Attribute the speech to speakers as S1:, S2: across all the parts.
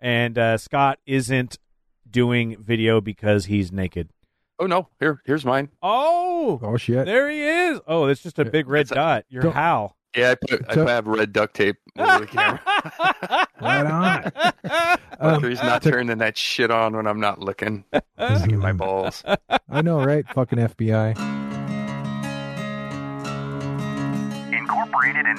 S1: and uh, Scott isn't doing video because he's naked.
S2: Oh no! Here, here's mine.
S1: Oh,
S3: Oh shit!
S1: there he is. Oh, it's just a big red
S2: That's a-
S1: dot. You're
S3: Don't-
S1: Hal.
S2: Yeah, I, put, I
S3: So-
S2: have red duct tape over the camera.
S3: Right on. Um,
S2: He's not turning that shit on when I'm not looking. Looking at my balls.
S3: I know, right? Fucking FBI.
S4: Incorporated in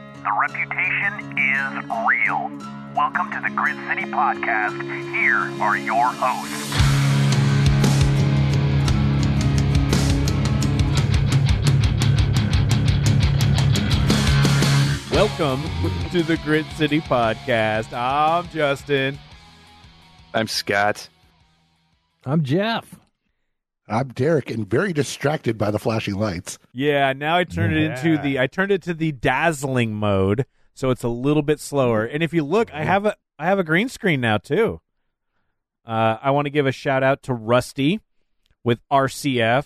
S4: The reputation is real. Welcome to the Grid City Podcast. Here are your hosts.
S1: Welcome to the Grid City Podcast. I'm Justin.
S2: I'm Scott.
S3: I'm Jeff.
S5: I'm Derek and very distracted by the flashing lights.
S1: Yeah, now I turned it into
S3: Yeah.
S1: the I turned it to the dazzling mode, so it's a little bit slower. And if you look, I have a I have a green screen now too. Uh, I want to give a shout out to Rusty with RCF.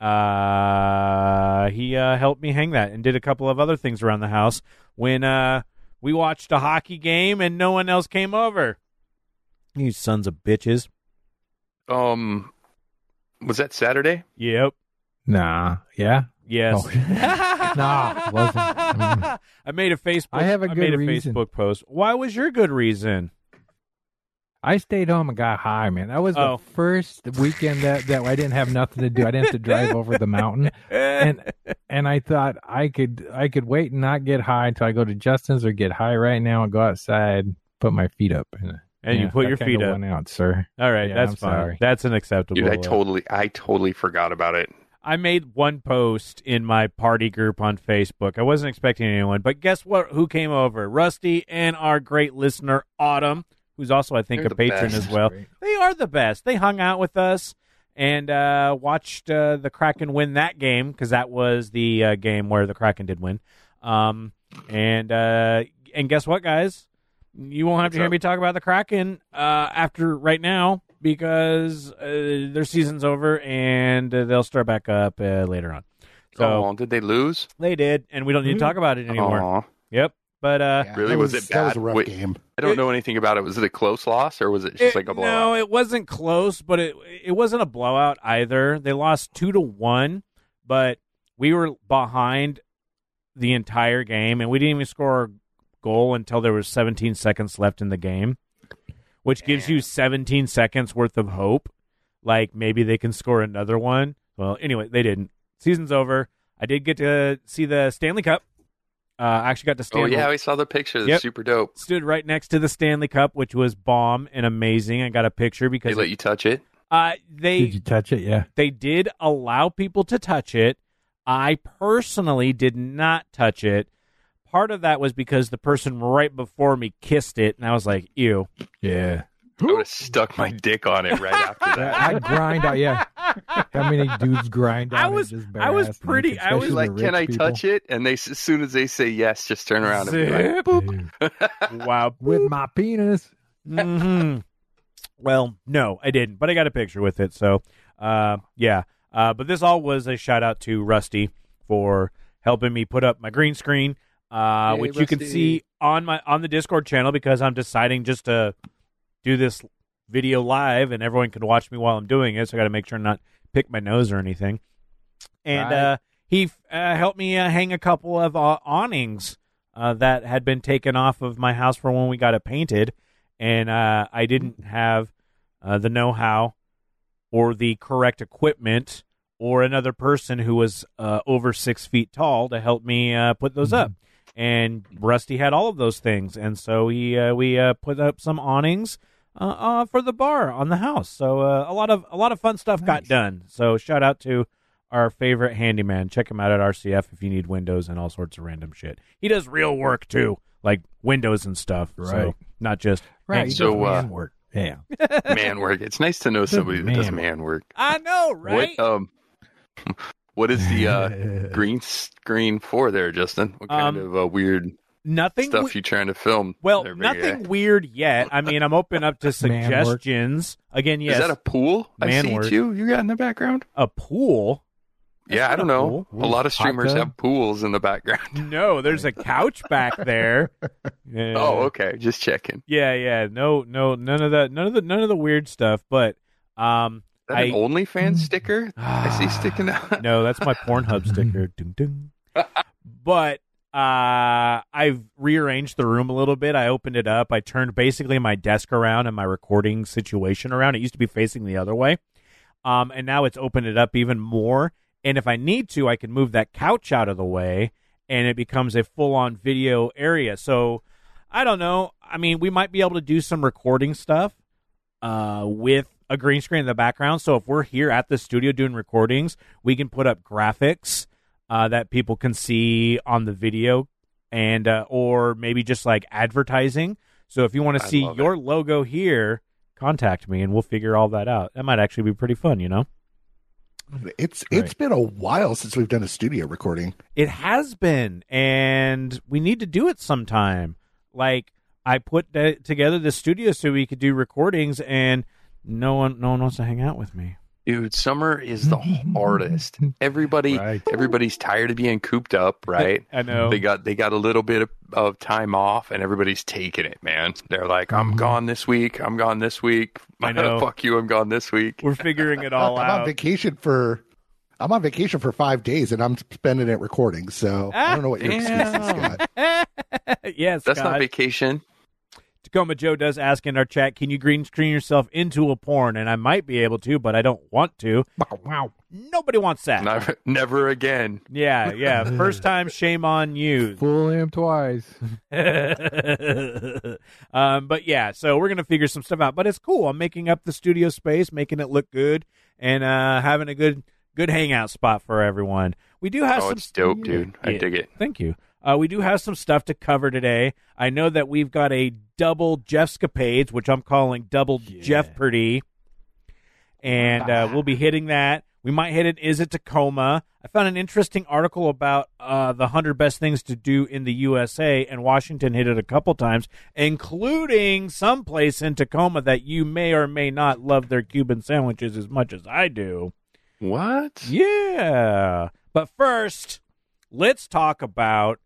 S1: Uh, he uh, helped me hang that and did a couple of other things around the house when uh, we watched a hockey game and no one else came over. You sons of bitches.
S2: Um, was that Saturday?
S1: Yep.
S3: Nah. Yeah. Oh,
S1: Yes.
S3: Nah, it wasn't. Mm.
S1: I made a Facebook.
S3: I have a good
S1: made a
S3: reason.
S1: Facebook post. Why was your good reason?
S3: I stayed home and got high, man. That was
S1: Oh.
S3: the first weekend that, that I didn't have nothing to do. I didn't have to drive over the mountain,
S2: Eh.
S3: and and I thought I could I could wait and not get high until I go to Justin's or get high right now and go outside, put my feet up, and,
S1: and you
S3: yeah,
S1: put
S3: I
S1: your
S3: kinda
S1: feet up.
S3: Went out, sir.
S1: All right,
S3: Yeah,
S1: that's
S3: I'm
S1: fine.
S3: sorry.
S1: That's an acceptable.
S2: Dude, I
S1: uh,
S2: totally, I totally forgot about it.
S1: I made one post in my party group on Facebook. I wasn't expecting anyone, but guess what? Who came over? Rusty and our great listener Autumn, who's also I think
S2: They're
S1: a
S2: the
S1: patron
S2: best.
S1: as well.
S3: Great.
S1: They are the best. They hung out with us and uh, watched uh, the Kraken win that game because that was the uh, game where the Kraken did win. Um, and uh, and guess what, guys? You won't have to
S2: What's
S1: hear
S2: up?
S1: me talk about the Kraken uh, after right now because uh, their season's over and uh, they'll start back up uh, later on. So
S2: oh, did they lose?
S1: they did, and we don't need to talk about it anymore.
S2: Aw.
S1: Yep. But uh,
S5: Yeah,
S2: Really?
S5: that
S2: Was
S5: was,
S2: it
S5: That was
S2: bad?
S5: a rough
S2: Wait.
S5: game.
S2: I don't
S1: It-
S2: know anything about it. Was it a close loss or was it just
S1: It-
S2: like a blowout?
S1: No, it wasn't close, but it it wasn't a blowout either. They lost two to one, but we were behind the entire game, and we didn't even score a goal until there was 17 seconds left in the game, which gives you 17 seconds worth of hope. Like maybe they can score another one. Well, anyway, they didn't. Season's over. I did get to see the Stanley Cup. Uh, I actually got to
S2: oh
S1: stand
S2: yeah, I saw the picture.
S1: Yep.
S2: That's super dope.
S1: stood right next to the Stanley Cup, which was bomb and amazing. I got a picture
S2: They
S1: because
S2: let you touch it.
S1: uh,
S3: Did
S1: they
S3: you touch it? Yeah.
S1: they did allow people to touch it. I personally did not touch it. Part of that was because the person right before me kissed it, and I was like, "Ew!"
S3: Yeah.
S2: I would have stuck my dick on it right after that.
S3: I grind out. Yeah. How many dudes grind?
S1: I
S3: on it
S1: was-
S3: just
S1: I was
S3: bare-ass
S1: pretty-
S3: naked,
S1: I was
S3: especially the
S2: like, can
S3: rich
S2: I
S3: people."
S2: touch it? And they, as soon as they say yes, just turn around and be like,
S1: Zip. wow.
S3: with my penis?
S1: hmm Well, no, I didn't, but I got a picture with it. So, uh, yeah. Uh, but this all was a shout out to Rusty for helping me put up my green screen, uh,
S2: Yay,
S1: which you can
S2: Rusty.
S1: see on my on the Discord channel because I'm deciding just to do this video live, and everyone can watch me while I'm doing it. So I got to make sure not pick my nose or anything. And
S3: Right.
S1: uh, he uh, helped me uh, hang a couple of uh, awnings uh, that had been taken off of my house for when we got it painted, and uh, I didn't have uh, the know-how or the correct equipment or another person who was uh, over six feet tall to help me uh, put those up. And Rusty had all of those things, and so he uh, we uh, put up some awnings uh, uh, for the bar on the house. So uh, a lot of a lot of fun stuff got
S3: Nice.
S1: done. So shout out to our favorite handyman. Check him out at RCF if you need windows and all sorts of random shit. He does real work too, like windows and stuff. So
S3: Right.
S1: not just
S3: Right.
S1: hang-
S3: you
S2: so,
S3: just
S2: uh,
S3: man work. Yeah.
S2: man work. It's nice to know somebody that does
S3: Man.
S2: man work.
S1: I know,
S2: What,
S1: right?
S2: um, What is the uh, green screen for there, Justin? What
S1: Um,
S2: kind of uh, weird
S1: Nothing.
S2: stuff
S1: we-
S2: you trying to film?
S1: well,
S2: there, big
S1: nothing
S2: guy?
S1: weird yet. I mean, I'm open up to
S3: Man work.
S1: suggestions. Again, yes,
S2: Is that a pool?
S1: Man
S2: I see
S1: work.
S2: two you got in the background.
S1: a pool. That's
S2: yeah, I
S1: not
S2: don't
S1: a
S2: know.
S1: pool.
S2: A lot of
S3: Hot
S2: streamers
S3: tub.
S2: have pools in the background.
S1: No, there's a couch back there. Yeah.
S2: Oh, okay. Just checking.
S1: Yeah, yeah. No, no, none of that. None of the none of the weird stuff. But um,
S2: Is that an
S1: I- Mm. Ah.
S2: OnlyFans sticker? I see sticking out.
S1: no, that's my Pornhub sticker. Ding, ding. But uh, I've rearranged the room a little bit. I opened it up. I turned basically my desk around and my recording situation around. It used to be facing the other way, um, and now it's opened it up even more. And if I need to, I can move that couch out of the way, and it becomes a full-on video area. So I don't know. I mean, we might be able to do some recording stuff uh, with a green screen in the background. So if we're here at the studio doing recordings, we can put up graphics uh, that people can see on the video, and uh, or maybe just like advertising. So if you want
S2: I
S1: to see
S2: love
S1: your logo here, contact me and we'll figure all that out. That might actually be pretty fun, you know.
S5: It's it's
S3: Right.
S5: been a while since we've done a studio recording.
S1: It has been, and we need to do it sometime. Like I put the- together the studio so we could do recordings, and no one, no one wants to hang out with me.
S2: Dude, summer is the hardest. Everybody
S3: Right.
S2: everybody's tired of being cooped up, right?
S1: I know.
S2: They got they got a little bit of, of time off, and everybody's taking it, man. They're like, "I'm gone this week. I'm gone this week.
S1: Mm-hmm. I know.
S2: Fuck you. I'm gone this week."
S1: We're figuring it
S5: I'm
S1: all
S5: on
S1: out.
S5: vacation for I'm on vacation for five days and I'm spending it recording. So I don't know what your excuse is,
S2: Damn.
S5: Scott.
S1: yes,
S2: That's not
S1: Scott.
S2: vacation.
S1: Tacoma Joe does ask in our chat, can you green screen yourself into a porn? And I might be able to, but I don't want to.
S3: Wow, wow.
S1: Nobody wants that.
S2: Never, never again.
S1: Yeah, yeah. First time, shame on you.
S3: Fool him twice.
S1: um, but yeah, so we're gonna figure some stuff out. But it's cool. I'm making up the studio space, making it look good, and uh, having a good good hangout spot for everyone. We do have
S2: Oh,
S1: some
S2: it's dope, dude. I
S1: Yeah.
S2: dig it.
S1: Thank you. Uh, we do have some stuff to cover today. I know that we've got a double Jeffscapades, which I'm calling double Jeff Purdy, and uh, we'll be hitting that. We might hit it. Is it Tacoma? I found an interesting article about uh, the hundred best things to do in the USA, and Washington hit it a couple times, including someplace in Tacoma that you may or may not love their Cuban sandwiches as much as I do.
S2: What?
S1: Yeah. But first, let's talk about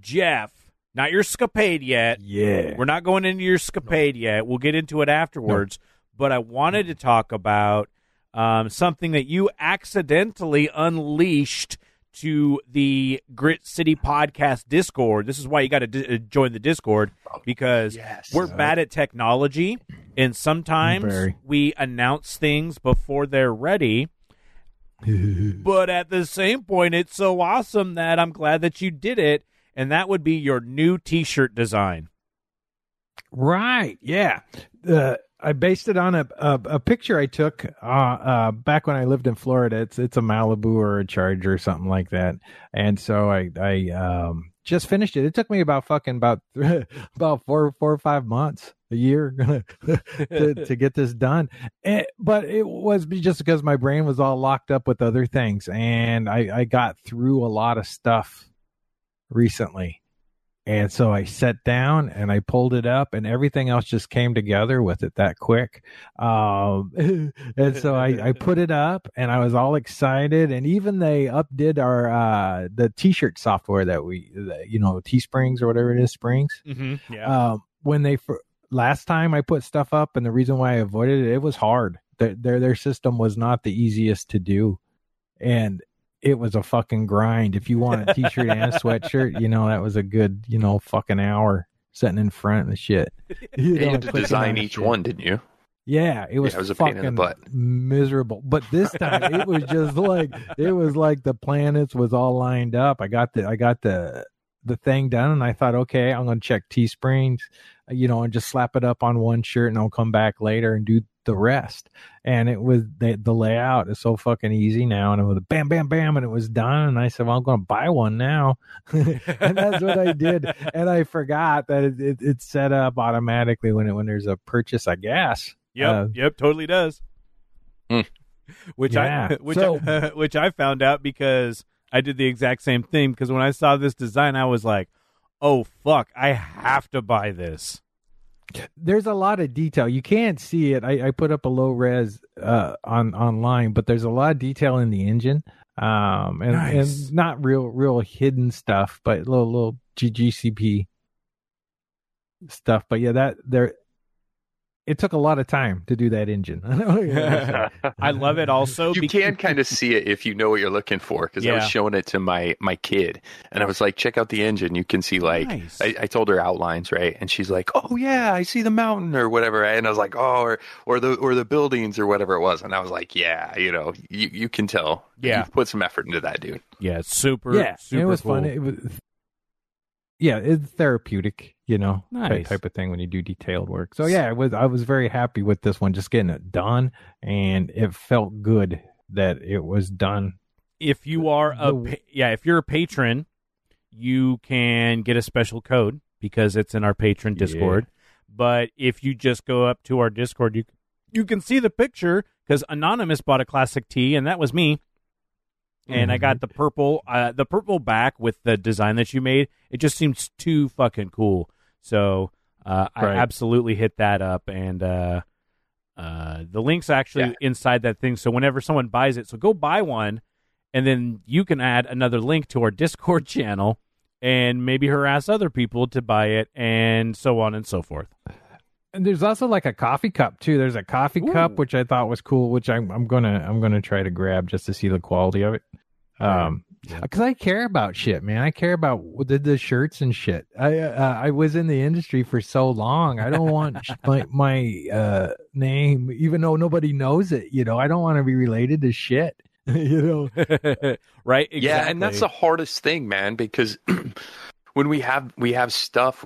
S1: Jeff. Not your scapade yet.
S3: Yeah.
S1: We're not going into your scapade yet. We'll get into it afterwards. But I wanted to talk about um, something that you accidentally unleashed to the Grit City Podcast Discord. This is why you got to d- uh, join the Discord
S3: Oh,
S1: because
S2: Yes.
S1: we're bad at technology, and sometimes
S3: Very.
S1: we announce things before they're ready. But at the same point, it's so awesome that I'm glad that you did it. And that would be your new t shirt design.
S3: Right. Yeah. Uh, I based it on a, a a picture I took uh, uh, back when I lived in Florida. It's it's a Malibu or a Charger or something like that. And so I I um, just finished it. It took me about fucking about about four four or five months a year to, to get this done. Eh, but it was be- just because my brain was all locked up with other things, and I I got through a lot of stuff recently. And so I sat down and I pulled it up, and everything else just came together with it that quick. Um, and so I, I put it up, and I was all excited. And even they updid our uh, the T-shirt software that we, that, you know, Teesprings or whatever it is, Springs.
S1: Mm-hmm. Yeah.
S3: Um, when they fir- last time I put stuff up, and the reason why I avoided it, it was hard. Their their, their system was not the easiest to do, and it was a fucking grind. If you want a t-shirt and a sweatshirt, you know that was a good you know fucking hour sitting in front of the shit.
S2: Yeah,
S3: You know,
S2: you had to
S3: clicking on
S2: design
S3: the
S2: each
S3: shit.
S2: one, didn't you?
S3: Yeah, it was,
S2: Yeah, it was a pain in
S3: fucking
S2: the butt.
S3: miserable. But this time it was just like it was like the planets was all lined up. I got the I got the the thing done and I thought, okay, I'm gonna check Teesprings, uh, you know, and just slap it up on one shirt and I'll come back later and do the rest. And it was the the layout is so fucking easy now and it was bam bam bam and it was done and I said, Well I'm gonna buy one now. Uh, and that's what I did. And I forgot that it, it, it's set up automatically when it when there's a purchase, I guess.
S1: yep.
S3: uh,
S2: Hmm.
S1: yep. Totally does. which I
S3: Yeah.
S1: which
S3: So-
S1: I, which I found out because I did the exact same thing. Because when I saw this design, I was like, "Oh fuck, I have to buy this."
S3: there's a lot of detail. You can't see it. I, I put up a low res uh, on online, but there's a lot of detail in the engine, um, and,
S1: Nice.
S3: and not real, real hidden stuff, but little little GGCP stuff. But yeah, that there, it took a lot of time to do that engine.
S1: I love it also.
S2: you
S1: bec-
S2: can kind of see it if you know what you're looking for because I was
S1: Oh, Yeah.
S2: showing it to my my kid and I was like, check out the engine. You can see like
S1: Nice.
S2: I, I told her outlines, right? And she's like, oh yeah, I see the mountain or whatever. right? And I was like, oh, or or the or the buildings or whatever it was. And I was like, yeah, you know, you you can tell.
S1: Yeah.
S2: you've put some effort into that, dude.
S1: yeah, super.
S3: yeah,
S1: super
S3: it was
S1: cool.
S3: fun. It was, yeah, it's therapeutic, you know, that
S1: Nice.
S3: type of thing when you do detailed work. So yeah, I was I was very happy with this one, just getting it done, and it felt good that it was done.
S1: if you are a
S3: the-
S1: pa- yeah, if you're a patron, you can get a special code because it's in our patron
S3: Yeah.
S1: Discord. But if you just go up to our Discord, you you can see the picture because Anonymous bought a classic tee, and that was me. And I
S3: Mm-hmm.
S1: got the purple, uh, the purple back with the design that you made. It just seems too fucking cool. So uh, I
S3: Right.
S1: absolutely hit that up, and uh, uh, the link's actually
S2: Yeah.
S1: inside that thing. So whenever someone buys it, so go buy one, and then you can add another link to our Discord channel, and maybe harass other people to buy it, and so on and so forth.
S3: And there's also like a coffee cup too. There's a coffee cup
S1: Ooh.
S3: which I thought was cool, which I'm I'm gonna I'm gonna try to grab just to see the quality of it. Um, because I care about shit, man. I care about the, the shirts and shit. I uh, I was in the industry for so long. I don't want sh- my my uh name, even though nobody knows it. You know, I don't want to be related to shit. you know,
S1: right? Exactly.
S2: Yeah, and that's the hardest thing, man, because when we have we have stuff,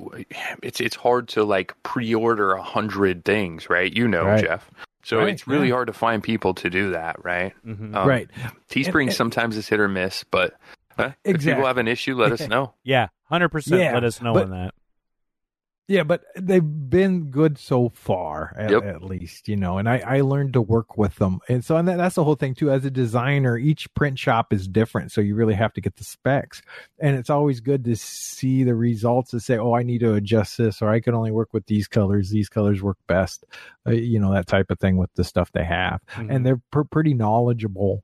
S2: it's it's hard to like pre-order a hundred things, right? You know,
S3: Right.
S2: Jeff. So
S3: Right,
S2: it's really
S3: yeah.
S2: hard to find people to do that, right?
S1: Mhm.
S2: Um,
S3: right?
S2: Teespring
S3: And- and-
S2: sometimes is hit or miss, but huh? if
S3: Exactly.
S2: people have an issue, let us know.
S1: yeah, hundred percent.
S3: Yeah,
S1: Let us know
S3: but-
S1: on that.
S3: Yeah, but they've been good so far, at,
S2: Yep.
S3: at least, you know. And I, I learned to work with them, and so and that, that's the whole thing too. As a designer, each print shop is different, so you really have to get the specs. And it's always good to see the results and say, "Oh, I need to adjust this," or "I can only work with these colors. These colors work best," uh, you know, that type of thing with the stuff they have.
S1: Mm-hmm.
S3: And they're pr- pretty knowledgeable.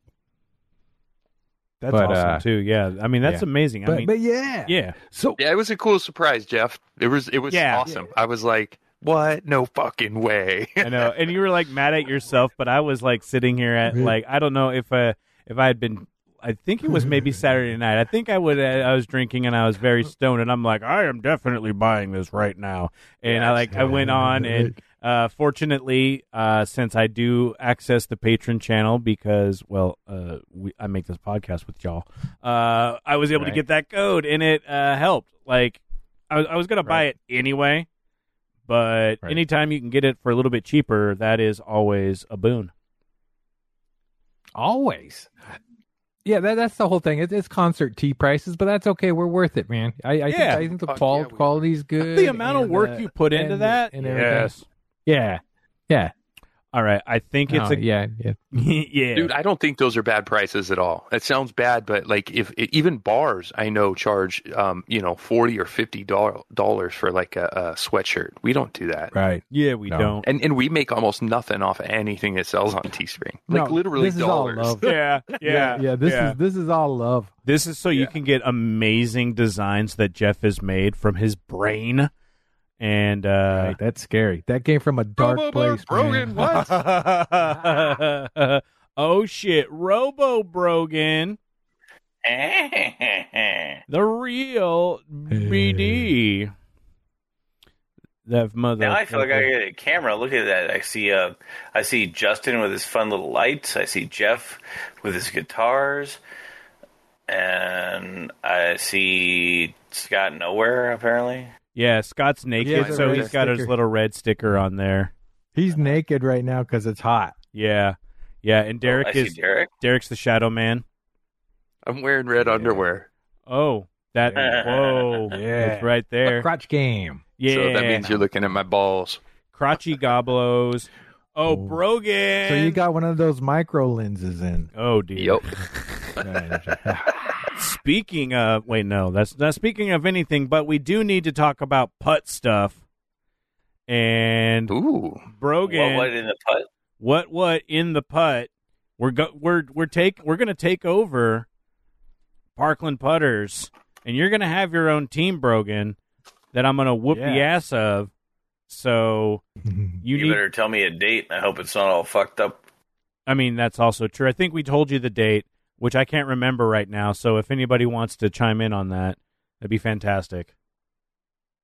S1: that's
S3: but,
S1: awesome
S3: uh,
S1: too. Yeah, I mean that's
S3: yeah.
S1: amazing.
S3: But
S1: I mean,
S3: but yeah,
S1: yeah,
S3: So
S2: Yeah, it was a cool surprise, Jeff. It was it was
S1: Yeah.
S2: awesome. I was like, what? No fucking way.
S1: I know. And you were like mad at yourself, but I was like sitting here at
S3: Yeah.
S1: like I don't know if uh if I had been. I think it was maybe Saturday night. I think I would. I was drinking and I was very stoned, and I'm like, I am definitely buying this right now. And I like I went on and Uh, fortunately, uh, since I do access the patron channel because, well, uh, we, I make this podcast with y'all, uh, I was able to
S3: Right.
S1: get that code and it uh, helped. Like, I, was- I was going to buy it anyway, but
S3: Right.
S1: anytime you can get it for a little bit cheaper, that is always a boon.
S3: always yeah that, that's the whole thing it, it's concert tea prices but that's okay we're worth it man i, I,
S1: Yeah.
S3: think, I think the
S2: Fuck
S3: qual-
S2: yeah, we-
S3: quality is good
S1: the amount of
S3: and,
S1: work
S3: uh,
S1: you put into
S3: and-
S1: that.
S3: and everything. yeah
S1: All right. I think it's
S3: No,
S1: a.
S3: Oh, yeah yeah
S1: yeah.
S2: Dude, I don't think those are bad prices at all. That sounds bad, but like if e, even bars, I know charge, um, you know, forty or fifty doll- dollars for like a, a sweatshirt. We don't do that,
S3: right
S1: yeah, we
S3: No.
S1: don't.
S2: and and we make almost nothing off anything that sells on Teespring. Like
S3: No,
S2: literally
S3: this is all
S2: dollars.
S3: love.
S1: Yeah, yeah,
S3: yeah this is this is all love
S1: This is so you can get amazing designs that Jeff has made from his brain. And uh
S3: Right, that's scary that came from a dark
S2: Robo
S3: place
S2: Brogan,
S3: man.
S2: what?
S1: Oh shit, Robo Brogan, the real BD. That mother.
S6: Now I feel like I got a camera. Look at that. I see uh, I see Justin with his fun little lights. I see Jeff with his guitars, and I see Scott nowhere apparently.
S1: Yeah, Scott's naked,
S3: Yeah,
S1: so
S2: red
S1: he's got his
S3: sticker.
S1: little red sticker on there.
S3: he's naked right now because it's hot
S1: Yeah, yeah, and Derek
S6: Oh, I
S1: is
S6: see Derek.
S1: Derek's the Shadow Man.
S2: I'm wearing red underwear,
S1: Oh, that
S6: Yeah.
S1: whoa,
S3: Yeah.
S1: that's right
S3: A
S1: there.
S3: crotch game
S1: Yeah,
S2: so that means you're looking at my balls.
S1: crotchy goblos. Oh,
S3: Oh.
S1: Brogan.
S3: So you got one of those micro lenses in.
S1: Oh dear.
S2: Yep.
S1: Speaking of, wait, no, that's not speaking of anything, but we do need to talk about putt stuff. And
S2: Ooh.
S1: Brogan,
S6: What, what in the putt?
S1: what what in the putt? We're go, we're we're take we're gonna take over Parkland putters, and you're gonna have your own team, Brogan. That I'm gonna whoop the
S3: Yeah.
S1: ass of. So you,
S6: You,
S1: need.
S6: better tell me a date. and I hope it's not all fucked up.
S1: I mean, that's also true. I think we told you the date, which I can't remember right now. So if anybody wants to chime in on that, that'd be fantastic.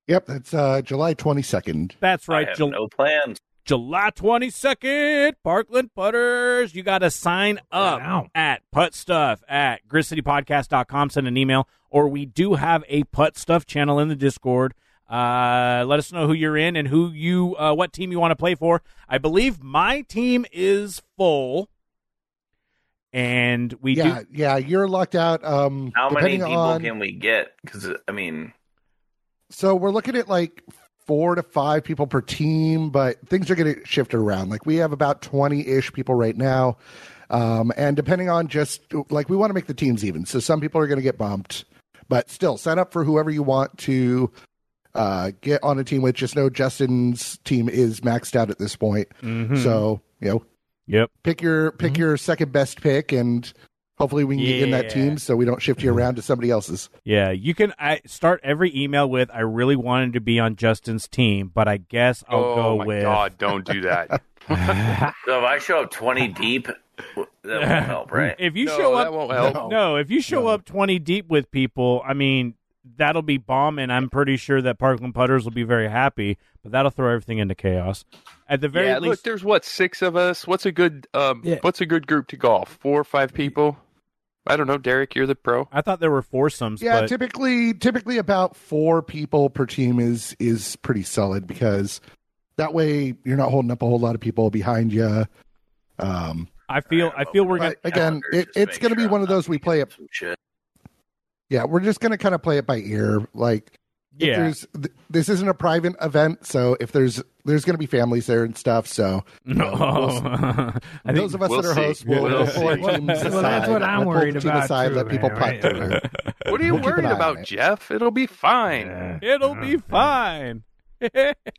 S5: Yep, it's uh, July 22nd.
S1: That's
S6: I
S1: right,
S6: have
S1: Jul-
S6: no plans.
S1: July 22nd, Parkland Putters. You got to sign up
S3: Wow.
S1: at puttstuff at gritcitypodcast.com. Send an email, or we do have a putt stuff channel in the Discord. Uh, let us know who you're in and who you, uh, what team you want to play for. I believe my team is full, and we
S5: yeah,
S1: do.
S5: yeah, you're locked out. Um,
S6: How many
S5: depending
S6: people
S5: on,
S6: can we get? Because I mean,
S5: So we're looking at like four to five people per team, but things are going to shift around. Like we have about 20 ish people right now. Um, and depending on just like we want to make the teams even. So some people are going to get bumped, but still sign up for whoever you want to uh, get on a team with. Just know Justin's team is maxed out at this point.
S1: Mhm.
S5: So, you know,
S1: Yep.
S5: pick your pick your second best pick and hopefully we can get you in that
S1: Yeah.
S5: team so we don't shift you around to somebody else's.
S1: Yeah, you can I start every email with I really wanted to be on Justin's team, but I guess I'll
S2: oh
S1: go
S2: my
S1: with
S2: God! Don't do that.
S6: so if I show up twenty deep, w- that won't help, right?
S1: If you
S2: no,
S1: show
S2: that
S1: up
S2: won't help.
S1: No, if you show up 20 deep with people, I mean, that'll be bomb and I'm pretty sure that Parkland Putters will be very happy, but that'll throw everything into chaos. At the very
S2: yeah, look,
S1: least
S2: there's what six of us. What's a good um?
S3: Yeah.
S2: What's a good group to golf? Four or five people. I don't know, Derek. You're the pro.
S1: I thought there were foursomes,
S5: Yeah,
S1: but
S5: typically typically about four people per team is is pretty solid because that way you're not holding up a whole lot of people behind you. Um,
S1: I feel I feel we're going
S5: but again,
S6: Calendar,
S5: it,
S6: just
S5: it's
S6: make
S5: going to
S6: sure
S5: be one
S6: I'm
S5: of
S6: not
S5: those we play it.
S6: Some shit.
S5: Yeah, we're just going to kind of play it by ear. Like, if
S1: Yeah.
S5: there's, th- this isn't a private event, so if there's there's going to be families there and stuff, so
S1: No. I think
S5: those of us
S2: we'll
S5: that are
S2: see.
S5: hosts will
S2: We'll
S5: we'll pull our
S2: see.
S5: teams
S1: Well,
S5: aside.
S3: that's what I'm
S5: We'll pull the
S3: worried
S5: team
S3: about,
S5: Aside,
S3: too,
S5: let people
S3: man,
S5: putt
S3: right?
S5: through there.
S2: What are you
S5: We'll keep an
S2: worried
S5: eye on
S2: about,
S5: it.
S2: Jeff? It'll be fine.
S1: it'll be fine.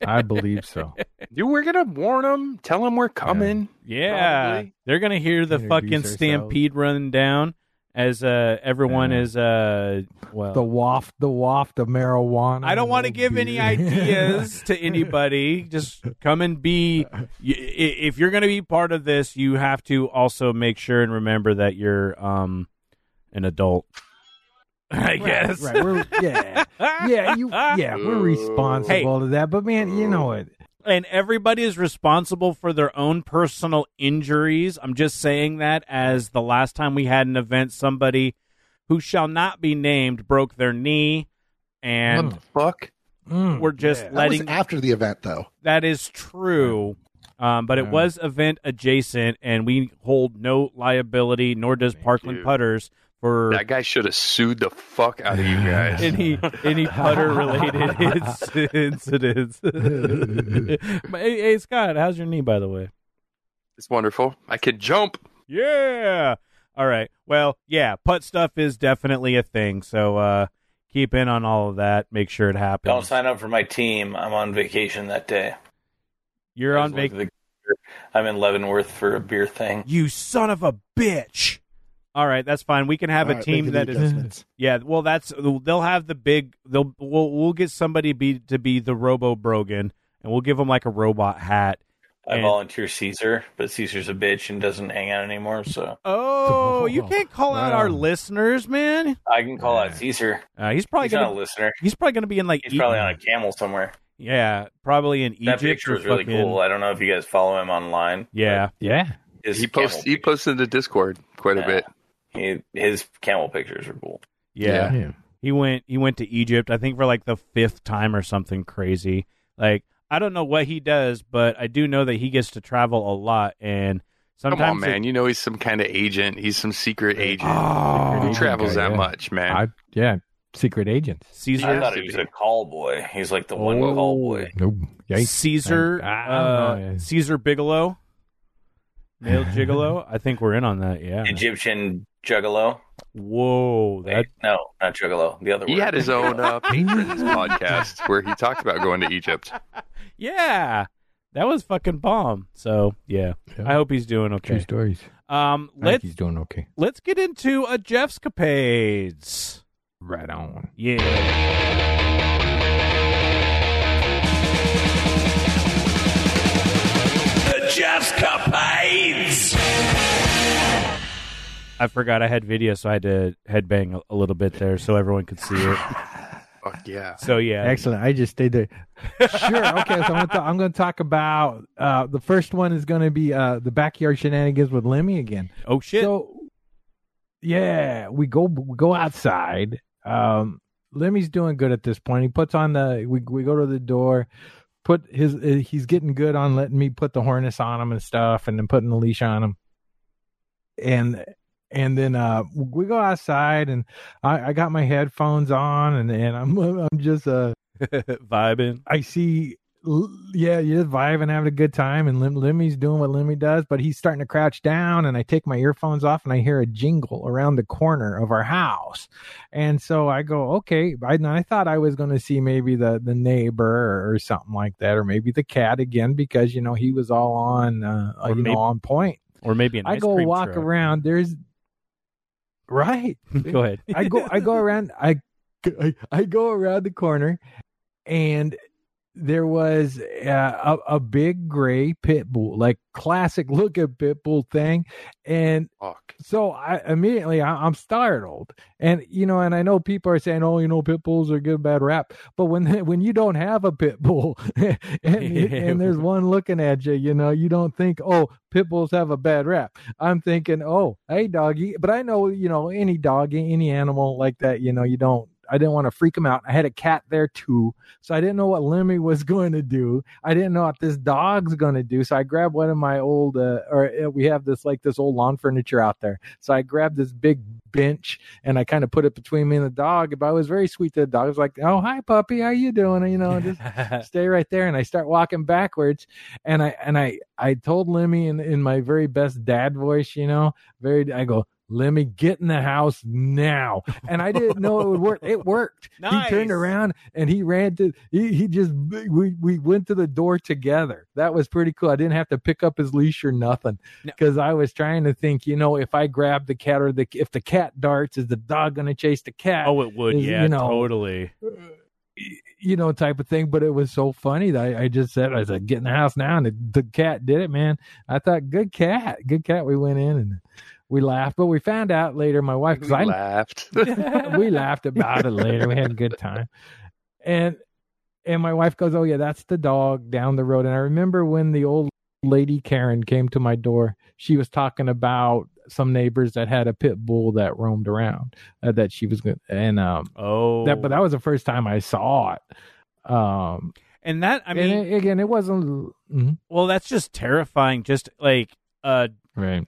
S3: I believe so.
S2: You were gonna warn them. Tell them we're coming.
S1: Yeah,
S2: Probably.
S1: they're gonna hear the
S3: Introduce
S1: fucking
S3: ourselves.
S1: stampede run down as uh, everyone
S3: Yeah.
S1: is uh well.
S3: The waft, the waft of marijuana.
S1: I don't want to give any ideas to anybody. Just come and be. y- i- If you're gonna be part of this, you have to also make sure and remember that you're um an adult. I guess.
S3: Right, we're, yeah, yeah, you, yeah, we're responsible to that. But man, you know what?
S1: and everybody is responsible for their own personal injuries. I'm just saying that as the last time we had an event, somebody who shall not be named broke their knee, and
S3: Mm.
S2: Fuck.
S3: Mm,
S1: we're just
S3: yeah.
S5: That was
S1: letting.
S5: after the event, though.
S1: that is true. Um, but it
S3: Yeah.
S1: was event adjacent, and we hold no liability, nor does Parkland
S2: you.
S1: Putters for
S2: That guy should have sued the fuck out of you guys.
S1: any any putter related incidents. hey, hey, Scott, how's your knee, by the way?
S2: it's wonderful. I could jump.
S1: Yeah. All right. Well, yeah, putt stuff is definitely a thing. So uh keep in on all of that. Make sure it happens.
S6: Don't sign up for my team. I'm on vacation that day.
S1: You're on
S6: I just
S1: vacation.
S6: went to the- I'm in Leavenworth for a beer thing.
S1: You son of a bitch. All right, that's fine. We can have
S5: All
S1: a
S5: right,
S1: team
S5: making
S1: that
S5: the
S1: is
S5: adjustments.
S1: Yeah, well that's they'll have the big they'll we'll, we'll get somebody be to be the Robo Brogan and we'll give them like a robot hat.
S6: I
S1: And-
S6: volunteer Caesar, but Caesar's a bitch and doesn't hang out anymore, so
S1: Oh, you can't call out our
S3: Wow.
S1: listeners, man.
S6: I can call out Caesar.
S1: Uh, he's probably
S6: He's
S1: gonna
S6: not a listener.
S1: he's probably gonna be in like
S6: He's
S1: E-
S6: probably on a camel somewhere.
S1: yeah probably in
S6: that
S1: Egypt.
S6: picture
S1: or
S6: was really
S1: fucking-
S6: cool. I don't know if you guys follow him online.
S1: Yeah,
S3: yeah.
S6: His
S2: He
S6: camel
S2: posts. He posted in the Discord quite a
S6: Yeah.
S2: bit.
S6: He, his camel pictures are cool.
S1: yeah.
S3: Yeah.
S1: He went he went to Egypt, I think for like the fifth time or something crazy. Like I don't know what he does, but I do know that he gets to travel a lot and sometimes
S2: Come on,
S1: it-
S2: man. You know he's some kind of agent. He's some secret agent.
S3: Oh,
S2: Who travels
S3: okay,
S2: that
S3: yeah.
S2: much, man?
S3: I, yeah. Secret agents.
S6: I
S1: Caesar
S2: has
S6: thought
S2: to
S6: he was
S2: be.
S6: a call boy. He's like the one
S2: Oh.
S6: call boy.
S3: Nope. Yikes. Oh,
S1: Caesar
S3: I- I don't
S1: uh,
S3: know.
S1: Caesar Bigelow Male gigolo? I think we're in on that. Yeah.
S6: Egyptian juggalo.
S1: Whoa.
S6: Wait,
S1: That
S6: no, not juggalo. The other
S2: He
S6: word.
S2: had his own uh, patrons podcast where he talked about going to Egypt.
S1: yeah. That was fucking bomb. So yeah.
S3: Yeah.
S1: I hope he's doing
S3: True
S1: okay.
S3: stories.
S1: Um
S3: I think
S1: let's
S3: he's doing okay.
S1: let's get into a Jeff's capades.
S3: Right on.
S1: Yeah.
S7: The Jeff's Capades.
S1: I forgot I had video, so I had to headbang a, a little bit there so everyone could see it.
S2: Fuck yeah.
S1: So yeah.
S3: Excellent. I just stayed there. Sure. Okay. So I'm going to I'm gonna talk about uh, the first one is going to be uh, the backyard shenanigans with Lemmy again.
S1: Oh shit.
S3: So yeah, we go we go outside. Um Lemmy's doing good at this point. He puts on the we we go to the door, put his uh, he's getting good on letting me put the harness on him and stuff and then putting the leash on him. And and then uh we go outside and I, I got my headphones on and, and I'm I'm just uh
S1: Vibing.
S3: I see, l- yeah, you're just vibing, having a good time, and Lim- Limmy's doing what Lemmy does, but he's starting to crouch down, and I take my earphones off, and I hear a jingle around the corner of our house, and so I go, okay, I, and I thought I was going to see maybe the the neighbor or, or something like that, or maybe the cat again because you know he was all on, uh,
S1: Or
S3: you
S1: maybe-
S3: know, on point.
S1: Or maybe an
S3: I
S1: ice
S3: go
S1: cream
S3: walk
S1: truck.
S3: around. There's right.
S1: go ahead.
S3: I go I go around I, I I go around the corner and there was uh, a, a big gray pit bull, like classic look at pit bull thing, and
S2: Fuck.
S3: so I immediately I, I'm startled, and you know, and I know people are saying, "Oh, you know, pit bulls are good bad rap," but when when you don't have a pit bull, and, and there's one looking at you, you know, you don't think, "Oh, pit bulls have a bad rap." I'm thinking, "Oh, hey, doggy," but I know, you know, any dog, any animal like that, you know, you don't. I didn't want to freak him out. I had a cat there too, so I didn't know what Lemmy was going to do. I didn't know what this dog's going to do. So I grabbed one of my old, uh, or uh, we have this like this old lawn furniture out there. So I grabbed this big bench and I kind of put it between me and the dog. But I was very sweet to the dog. I was like, "Oh, hi puppy, how you doing?" And, You know, just stay right there. And I start walking backwards, and I and I I told Lemmy in in my very best dad voice, you know, very I go. Lemmy, get in the house now. And I didn't know it would work. It worked. He
S1: Nice.
S3: turned around and he ran to he, he just we we went to the door together. That was pretty cool. I didn't have to pick up his leash or nothing
S1: No.
S3: because I was trying to think. You know, if I grab the cat or the if the cat darts, is the dog going to chase the cat?
S1: Oh, it would.
S3: Is-
S1: Yeah,
S3: you know-
S1: totally.
S3: you know, type of thing. But it was so funny that I, I just said, I said, get in the house now. And the, the cat did it, man. I thought, good cat, good cat. We went in and we laughed, but we found out later, my wife,
S2: We
S3: because I,
S2: laughed.
S3: we laughed about it later. We had a good time. And and my wife goes, "Oh yeah, that's the dog down the road." And I remember when the old lady Karen came to my door, she was talking about some neighbors that had a pit bull that roamed around uh, that she was going and um
S1: Oh,
S3: that but that was the first time I saw it. Um
S1: and that I
S3: I
S1: mean,
S3: mean, again, it wasn't mhm.
S1: well, that's just terrifying. Just like uh,
S3: right.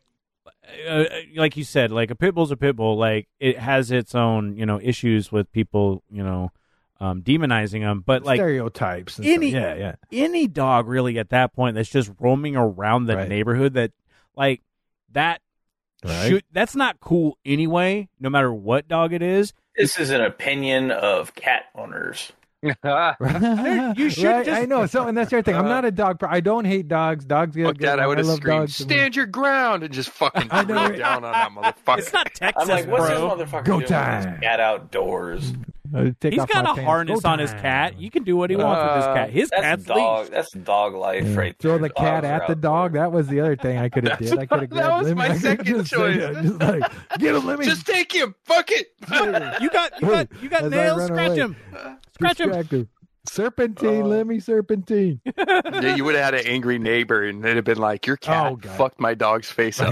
S1: uh, like you said, like a pit bull's a pit bull. Like it has its own, you know, issues with people, you know, um, demonizing them. But like
S3: stereotypes. And
S1: any-
S3: stuff. Yeah, yeah.
S1: any dog really at that point that's just roaming around the
S3: Right.
S1: neighborhood that like that
S3: Right.
S1: should that's not cool anyway no matter what dog it is
S6: This is an opinion of cat owners.
S1: you should
S3: Right,
S1: just- Uh,
S3: I know. So, and that's the other thing. I'm not a dog. Per- I don't hate dogs. Dogs get
S2: Fuck
S3: good.
S2: that. I would have
S3: love
S2: screamed,
S3: dogs.
S2: stand your ground, and just fucking
S3: I know,
S2: threw
S3: right?
S2: down on that
S1: it's
S2: motherfucker.
S1: not texas
S6: I'm like, what's
S1: bro
S6: this motherfucker
S3: Go
S6: doing? with his
S3: time.
S6: Cat outdoors.
S3: I'd take
S1: He's
S3: off
S1: got
S3: my
S1: a
S3: pants.
S1: harness
S3: Go
S1: on his
S3: time.
S1: cat. You can do what he wants with his cat. His
S6: Uh,
S1: cat's
S6: that's dog.
S1: leash.
S6: That's dog life,
S3: Yeah.
S6: right
S3: Throw
S6: there.
S3: the cat
S6: Dogs are
S3: at the dog.
S6: outdoors.
S3: That was the other thing I could have
S2: That's
S3: did. I could
S2: what-
S3: have
S2: that
S3: grabbed
S2: was
S3: Lemmy.
S2: my
S3: I could've
S2: second
S3: just said
S2: choice.
S3: that. Just like, get him, Lemmy.
S2: Just take him. Fuck it.
S1: You got, you got, you got
S3: As I
S1: nails.
S3: run
S1: Scratch
S3: away.
S1: him. Scratch him. Oh.
S3: Distract him. Serpentine, Lemmy, serpentine.
S2: yeah, you would have had an angry neighbor, and they'd have been like, your cat
S3: Oh, God.
S2: fucked my dog's face up.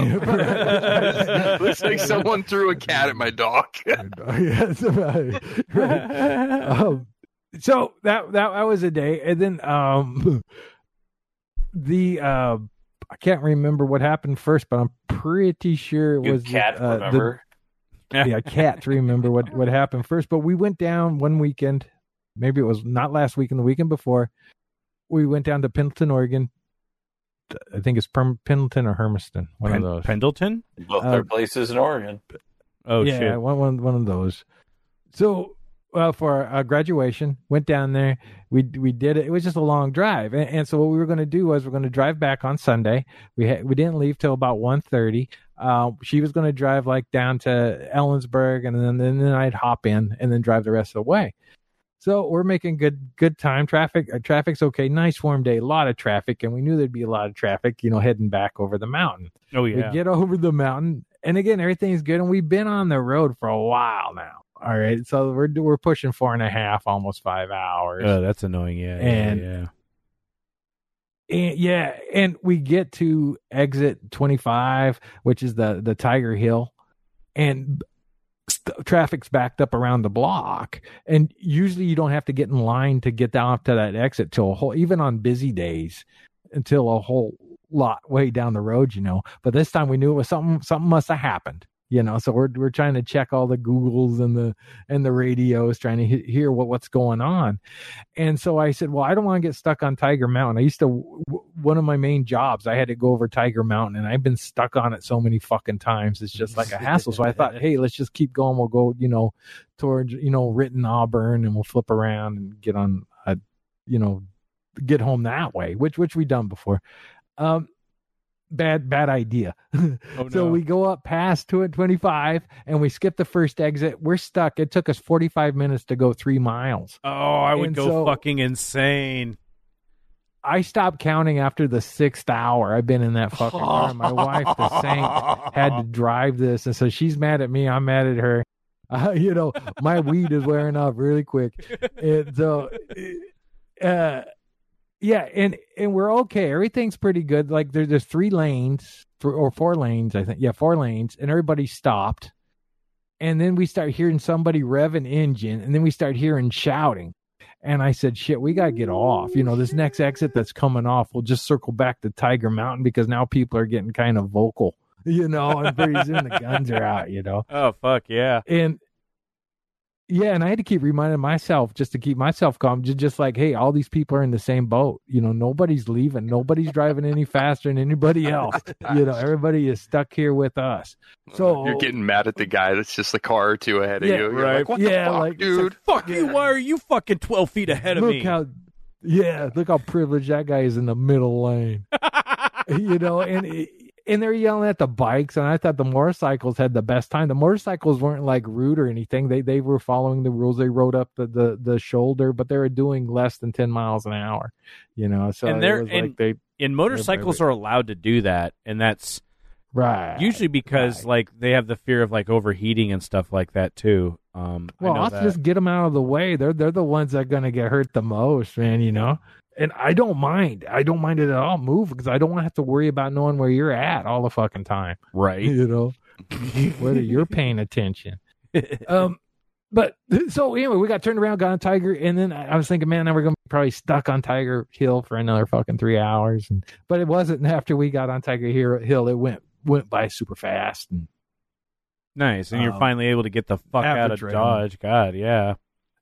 S2: Looks like someone threw a cat at my dog.
S3: yes, right. right. Um, so that that that was a day, and then um, the uh, I can't remember what happened first, but I'm pretty sure it
S6: Good
S3: was the-
S6: cat,
S3: uh, the-
S6: remember?
S3: yeah, I can't remember what what happened first, but we went down one weekend. Maybe it was not last weekend, the weekend before. We went down to Pendleton, Oregon, I think it's Perm- Pendleton or Hermiston, one
S1: Pen-
S3: of those.
S1: Pendleton?
S6: Both
S3: Uh,
S6: their places in Oregon.
S1: Oh
S3: yeah,
S1: shit!
S3: one one one of those. So, well, for uh, graduation, went down there. We we did it. It was just a long drive, and, and so what we were going to do was we're going to drive back on Sunday. We had we didn't leave till about 1.30. Uh, she was going to drive like down to Ellensburg, and then and then I'd hop in and then drive the rest of the way. So we're making good good time. Traffic uh, traffic's okay. Nice warm day. A lot of traffic, and we knew there'd be a lot of traffic. You know, heading back over the mountain.
S1: Oh yeah.
S3: We get over the mountain, and again, everything's good. And we've been on the road for a while now. All right, so we're we're pushing four and a half, almost five hours.
S1: Oh, that's annoying. Yeah. yeah,
S3: And-
S1: yeah.
S3: And yeah, and we get to exit twenty five, which is the the Tiger Hill, and st- traffic's backed up around the block. And usually, you don't have to get in line to get down to that exit till a whole, even on busy days, until a whole lot way down the road, you know. But this time, we knew it was something. Something must have happened. You know, so we're we're trying to check all the Googles and the and the radios, trying to he- hear what what's going on. And so I said, well, I don't want to get stuck on Tiger Mountain. I used to, w- one of my main jobs, I had to go over Tiger Mountain and I've been stuck on it so many fucking times. It's just like a hassle. So I thought, hey, let's just keep going. We'll go, you know, towards, you know, Ritten Auburn and we'll flip around and get on, a, you know, get home that way, which, which we done before. Um, bad, bad idea.
S1: Oh,
S3: So
S1: no.
S3: we go up past 225 and we skip the first exit. We're stuck. It took us 45 minutes to go three miles.
S1: Oh, I would
S3: And
S1: go
S3: so-
S1: fucking insane.
S3: I stopped counting after the sixth hour. I've been in that fucking car. My wife, the saint, had to drive this, and so she's mad at me. I'm mad at her. Uh, you know, my weed is wearing off really quick, and so, uh, yeah, and and we're okay. Everything's pretty good. Like there, there's three lanes, thr- or four lanes, I think. Yeah, four lanes, and everybody stopped. And then we start hearing somebody rev an engine, and then we start hearing shouting. And I said, shit, we got to get off. You know, this next exit that's coming off, we'll just circle back to Tiger Mountain because now people are getting kind of vocal, you know, and pretty soon the guns are out, you know.
S1: Oh fuck yeah.
S3: And yeah, and I had to keep reminding myself just to keep myself calm, ju- just like, hey, all these people are in the same boat. You know, nobody's leaving, nobody's driving any faster than anybody else. You know, everybody is stuck here with us. So
S2: You're getting mad at the guy that's just a car or two ahead of
S3: Oh. Yeah,
S2: you. You're
S1: right.
S2: like, what
S3: Yeah,
S2: the fuck,
S3: like, it's
S2: dude?
S1: Fuck you! Why are you fucking twelve feet ahead of
S3: look
S1: me?
S3: how yeah look how privileged that guy is in the middle lane you know and and they're yelling at the bikes and i thought the motorcycles had the best time the motorcycles weren't like rude or anything they they were following the rules they rode up the the, the shoulder but they were doing less than 10 miles an hour you know so
S1: And
S3: it
S1: they're-
S3: was
S1: and-
S3: like they
S1: and motorcycles are allowed to do that, and that's
S3: right
S1: usually because
S3: right.
S1: like they have the fear of like overheating and stuff like that too. Um, I
S3: Well,
S1: know
S3: I'll
S1: that.
S3: just get them out of the way. They're they're the ones that are gonna get hurt the most, man. You know, and I don't mind. I don't mind it at all. Move because I don't want to have to worry about knowing where you're at all the fucking time.
S1: right.
S3: You know, whether you're paying attention. Um, but so anyway, we got turned around, got on Tiger, and then I I was thinking, man, now we're gonna be probably stuck on Tiger Hill for another fucking three hours. And but it wasn't after we got on Tiger Hero- Hill. It went went by super fast. And
S1: nice, and you're
S3: Um,
S1: finally able to get the fuck out of
S3: average
S1: Dodge. God, yeah.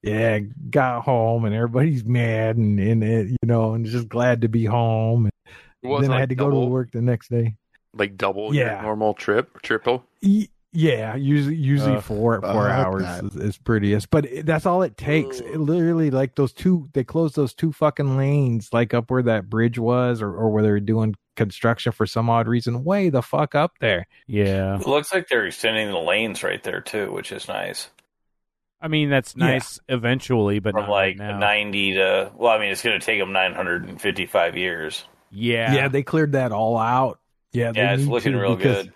S3: yeah, got home and everybody's mad and, and it, you know, and just glad to be home.
S2: It
S3: And
S2: wasn't
S3: then I
S2: like
S3: had to go
S2: double-
S3: to work the next day.
S2: Like double your
S3: Yeah.
S2: normal trip, triple.
S3: E- yeah, usually usually
S1: Ugh,
S3: four four
S5: fuck
S3: hours
S5: that.
S3: is, is prettiest, but it, that's all it takes. It literally, like those two, they closed those two fucking lanes, like up where that bridge was, or or where they were doing construction for some odd reason, way the fuck up there. Oh.
S1: Yeah,
S6: It looks like they're extending the lanes right there too, which is nice.
S1: I mean that's
S3: Yeah.
S1: nice eventually, but
S6: From
S1: not right
S6: like
S1: now.
S6: ninety to well, I mean, it's going to take them nine hundred and fifty-five years.
S1: yeah,
S3: Yeah, they cleared that all out. Yeah, they
S6: Yeah, it's
S3: need
S6: looking
S3: to
S6: real
S3: because-
S6: good.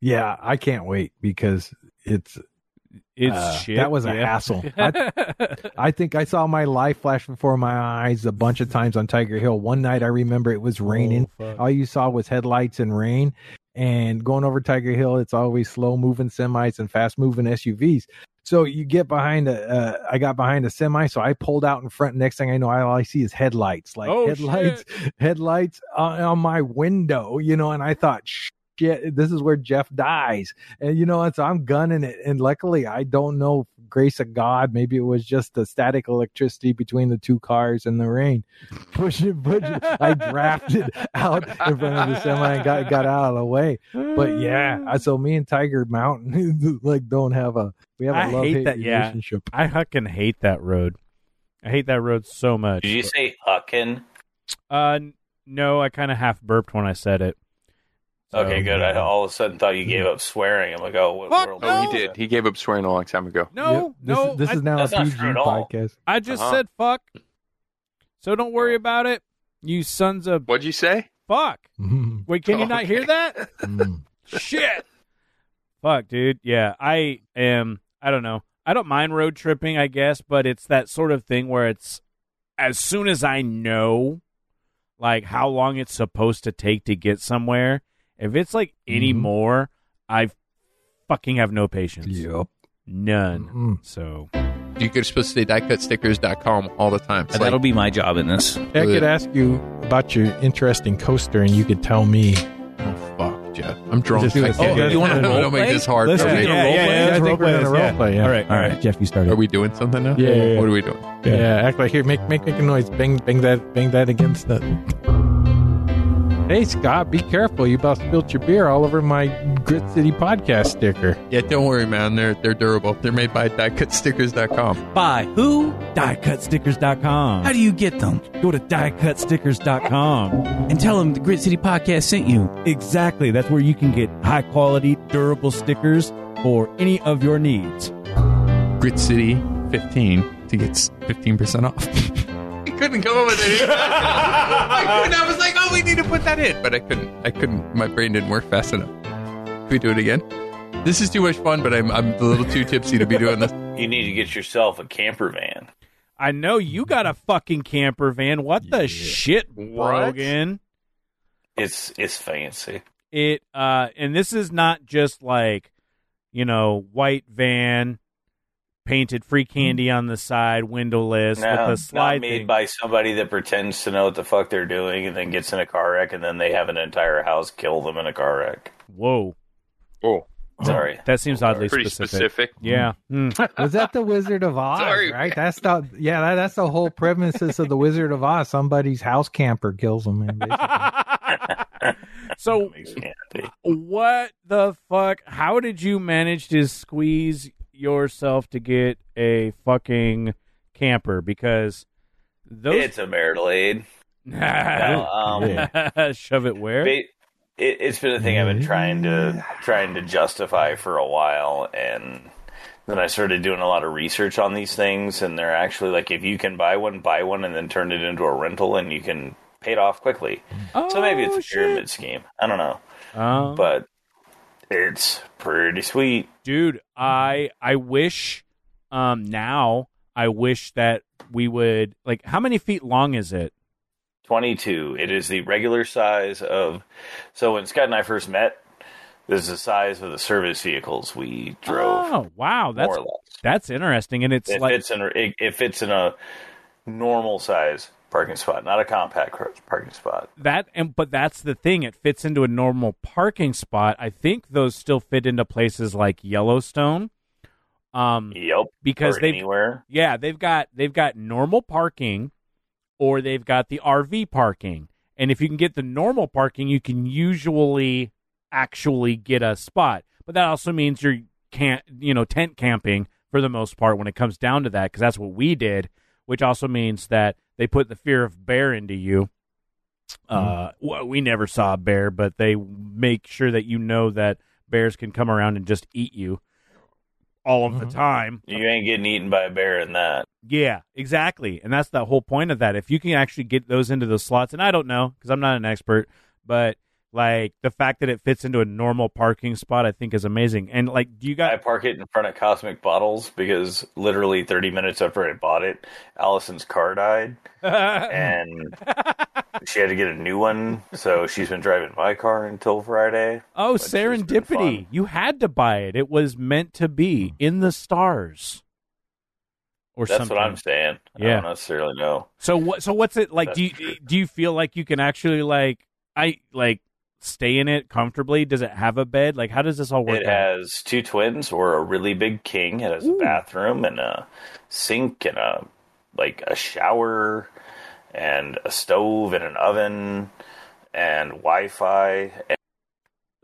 S3: Yeah, I can't wait because it's
S1: it's
S3: Uh,
S1: shit.
S3: that was a
S1: yeah.
S3: hassle. I think I saw my life flash before my eyes a bunch of times on Tiger Hill. One night I remember it was raining.
S1: Oh, fuck.
S3: All you saw was headlights and rain. And going over Tiger Hill, it's always slow moving semis and fast moving SUVs. So you get behind a, uh, I got behind a semi, so I pulled out in front. Next thing I know, all I see is headlights, like
S1: Oh,
S3: headlights, headlights on, on my window, you know. And I thought, shit, this is where Jeff dies, and you know, it's I'm gunning it. And luckily, I don't know grace of God, maybe it was just the static electricity between the two cars and the rain. Push it, push it. I drafted out in front of the semi and got got out of the way. But yeah, I- so me and Tiger Mountain like don't have a we have a
S1: I
S3: love hate
S1: hate that, yeah.
S3: relationship.
S1: I fucking hate that road. I hate that road so much.
S6: Did you say Huckin?
S1: Uh, n- no, I kind of half burped when I said it. So-
S6: Okay, good. I all of a sudden thought you gave up swearing. I'm like, oh, what
S1: Fuck
S6: world?
S1: no.
S6: is
S2: Oh, he did.
S6: that?
S2: He gave up swearing a long time ago.
S1: No,
S3: Yep. this,
S1: no,
S3: this
S1: I,
S3: is now a
S6: That's not
S3: PG
S6: true at all.
S3: podcast.
S1: I just
S2: Uh-huh.
S1: said fuck. So don't worry about it. You sons of
S2: What'd you say?
S1: fuck.
S3: Mm,
S1: Wait, can you not hear
S2: Okay.
S1: that?
S3: mm.
S1: Shit. Fuck, dude. Yeah, I am. I don't know. I don't mind road tripping, I guess, but it's that sort of thing where it's as soon as I know, like how long it's supposed to take to get somewhere. If it's like any
S8: Mm-hmm.
S3: Mhm.
S1: more, I fucking have no patience.
S3: Yep.
S1: None.
S3: Mm.
S1: So
S9: You go to supposed to say diecutstickers.com all the time. It's
S8: And
S9: like-
S8: that'll be my job in this.
S3: I could ask you about your interesting coaster, and you could tell me.
S9: oh, fuck, Jeff. I'm drunk.
S3: Just do
S9: I
S3: this.
S9: can't-
S3: Oh, you wanna
S9: Don't
S8: role
S9: make
S8: play?
S9: this hard.
S3: Listen,
S9: for
S1: yeah,
S9: me.
S1: yeah,
S3: role play?
S1: yeah,
S3: I
S1: let's
S3: think
S1: role
S3: we're
S1: play
S3: gonna
S1: this, yeah.
S3: role play, yeah.
S1: All right,
S8: All right, Jeff, you started.
S9: Are we doing something now?
S3: Yeah, yeah, yeah.
S9: What are we doing?
S3: Yeah. act like here. Make make make a noise. Bang bang that bang that against the. Hey Scott, be careful! You about spilt your beer all over my Grit City podcast sticker.
S9: Yeah, don't worry, man. They're they're durable. They're made by diecutstickers.com.
S8: By who?
S1: diecutstickers.com.
S8: How do you get them?
S1: Go to diecutstickers.com.
S8: And tell them the Grit City Podcast sent you.
S1: Exactly. That's where you can get high quality, durable stickers for any of your needs.
S9: Grit City 15 to get 15% off. I couldn't come up with it. I couldn't. I was like, oh, we need to put that in. But I couldn't. I couldn't. My brain didn't work fast enough. Can we do it again? This is too much fun, but I'm, I'm a little too tipsy to be doing this.
S6: You need to get yourself a camper van.
S1: I know you got a fucking camper van. What the shit,
S2: What?
S1: Brogan?
S6: It's it's fancy.
S1: It uh and this is not just like, you know, white van painted free candy on the side, windowless
S6: No,
S1: with a slide
S6: not made
S1: thing.
S6: by somebody that pretends to know what the fuck they're doing and then gets in a car wreck and then they have an entire house kill them in a car wreck.
S1: Whoa.
S2: Oh,
S6: Sorry.
S1: That seems oddly
S2: pretty specific.
S1: Yeah. Hmm.
S3: Was that the Wizard of Oz?
S2: Sorry.
S3: Right? That's the yeah. That, that's the whole premises of the Wizard of Oz. Somebody's house camper kills them. Man, basically.
S1: so
S6: Candy.
S1: what the fuck? How did you manage to squeeze yourself to get a fucking camper? Because those
S6: It's a marital aid. No, um,
S1: shove it where?
S6: Ba- it, it's been a thing I've been trying to trying to justify for a while, and then I started doing a lot of research on these things, and they're actually like if you can buy one, buy one, and then turn it into a rental, and you can pay it off quickly. so maybe it's
S1: Oh,
S6: a pyramid scheme. I don't know,
S1: Um,
S6: but it's pretty sweet.
S1: dude, I I wish um now I wish that we would like how many feet long is it?
S6: 22. It is the regular size of. So when Scott and I first met, this is the size of the service vehicles we drove.
S1: Oh wow, that's
S6: more or less.
S1: that's interesting, and it's
S6: It
S1: like
S6: fits in. a- It, it fits in a normal size parking spot, not a compact car- parking spot.
S1: that and but that's the thing it fits into a normal parking spot i think those still fit into places like yellowstone um
S6: Yep.
S1: because
S6: or
S1: they've
S6: anywhere.
S1: yeah they've got they've got normal parking or they've got the rv parking and if you can get the normal parking you can usually actually get a spot but that also means you're can't you know tent camping for the most part when it comes down to that because that's what we did which also means that they put the fear of bear into you uh, well, we never saw a bear, but they make sure that you know that bears can come around and just eat you all of the time.
S6: You ain't getting eaten by a bear in that.
S1: Yeah, exactly. And that's the whole point of that. If you can actually get those into the slots, and I don't know because I'm not an expert, but like the fact that it fits into a normal parking spot, I think is amazing. And like, do you
S6: I
S1: got
S6: park it in front of Cosmic Bottles because literally 30 minutes after I bought it, Allison's car died and she had to get a new one. So she's been driving my car until Friday.
S1: oh
S6: it's been
S1: serendipity?
S6: fun.
S1: You had to buy it. It was meant to be in the stars, or
S6: Hmm. That's
S1: something.
S6: what I'm saying. I
S1: Yeah.
S6: don't necessarily know.
S1: So what? So what's it like?
S6: That's
S1: do you
S6: true.
S1: do you feel like you can actually like I like stay in it comfortably? Does it have a bed? Like, how does this all work?
S6: It
S1: out?
S6: has two twins or a really big king. It has a bathroom and a sink and a like a shower and a stove and an oven and Wi-Fi. And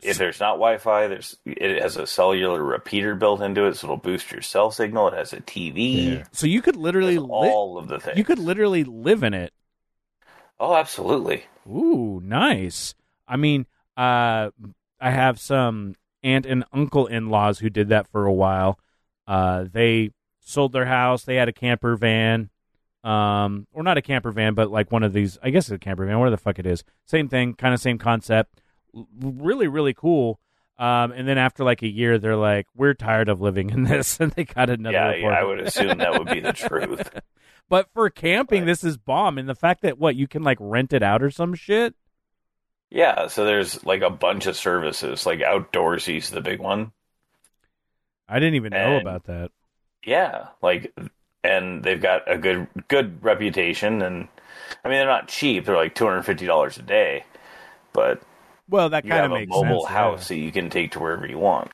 S6: if there's not Wi-Fi, there's it has a cellular repeater built into it, so it'll boost your cell signal. It has a TV.
S1: So you could
S6: It
S1: literally
S6: has
S1: li-
S6: all of the things.
S1: you could literally live in it.
S6: oh, absolutely.
S1: Ooh, nice. I mean, uh, I have some aunt and uncle in laws who did that for a while. Uh, they sold their house. They had a camper van, um, or not a camper van, but like one of these. I guess it's a camper van. Whatever the fuck it is, same thing, kind of same concept. L- really, really cool. Um, and then after like a year, they're like, "We're tired of living in this," and they got another.
S6: yeah, yeah,
S1: apartment.
S6: I would assume that would be the truth.
S1: But for camping,
S6: Right.
S1: this is bomb. And the fact that what you can like rent it out or some shit.
S6: Yeah, so there's like a bunch of services. Like Outdoorsy's the big one.
S1: I didn't even know
S6: And-
S1: about that.
S6: Yeah, like, and they've got a good good reputation, and I mean they're not cheap. They're like two hundred fifty dollars a day, but
S1: Well, that
S6: you
S1: kind
S6: have
S1: of
S6: a
S1: makes
S6: mobile
S1: sense.
S6: house
S1: yeah.
S6: that you can take to wherever you want.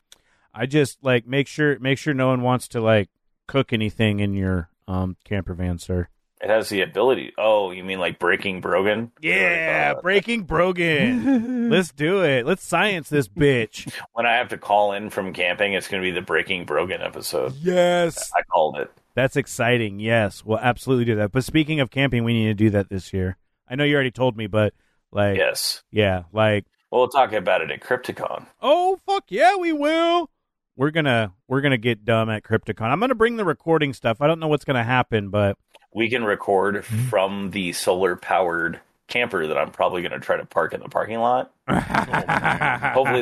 S1: I just like make sure make sure no one wants to like cook anything in your um camper van, sir.
S6: It has the ability. Oh, you mean like breaking Brogan?
S1: Yeah,
S6: Uh,
S1: breaking Brogan. Let's do it. Let's science this bitch.
S6: when I have to call in from camping, it's going to be the breaking Brogan episode.
S1: yes,
S6: I called it.
S1: that's exciting. Yes, we'll absolutely do that. But speaking of camping, we need to do that this year. I know you already told me, but like,
S6: Yes.
S1: yeah, like
S6: Well, we'll talk about it at Crypticon.
S1: Oh fuck yeah, we will. We're gonna we're gonna get dumb at Crypticon. I'm gonna bring the recording stuff. I don't know what's gonna happen, but
S6: We can record
S1: Mm-hmm.
S6: from the solar powered camper that I'm probably going to try to park in the parking lot. Oh, Hopefully,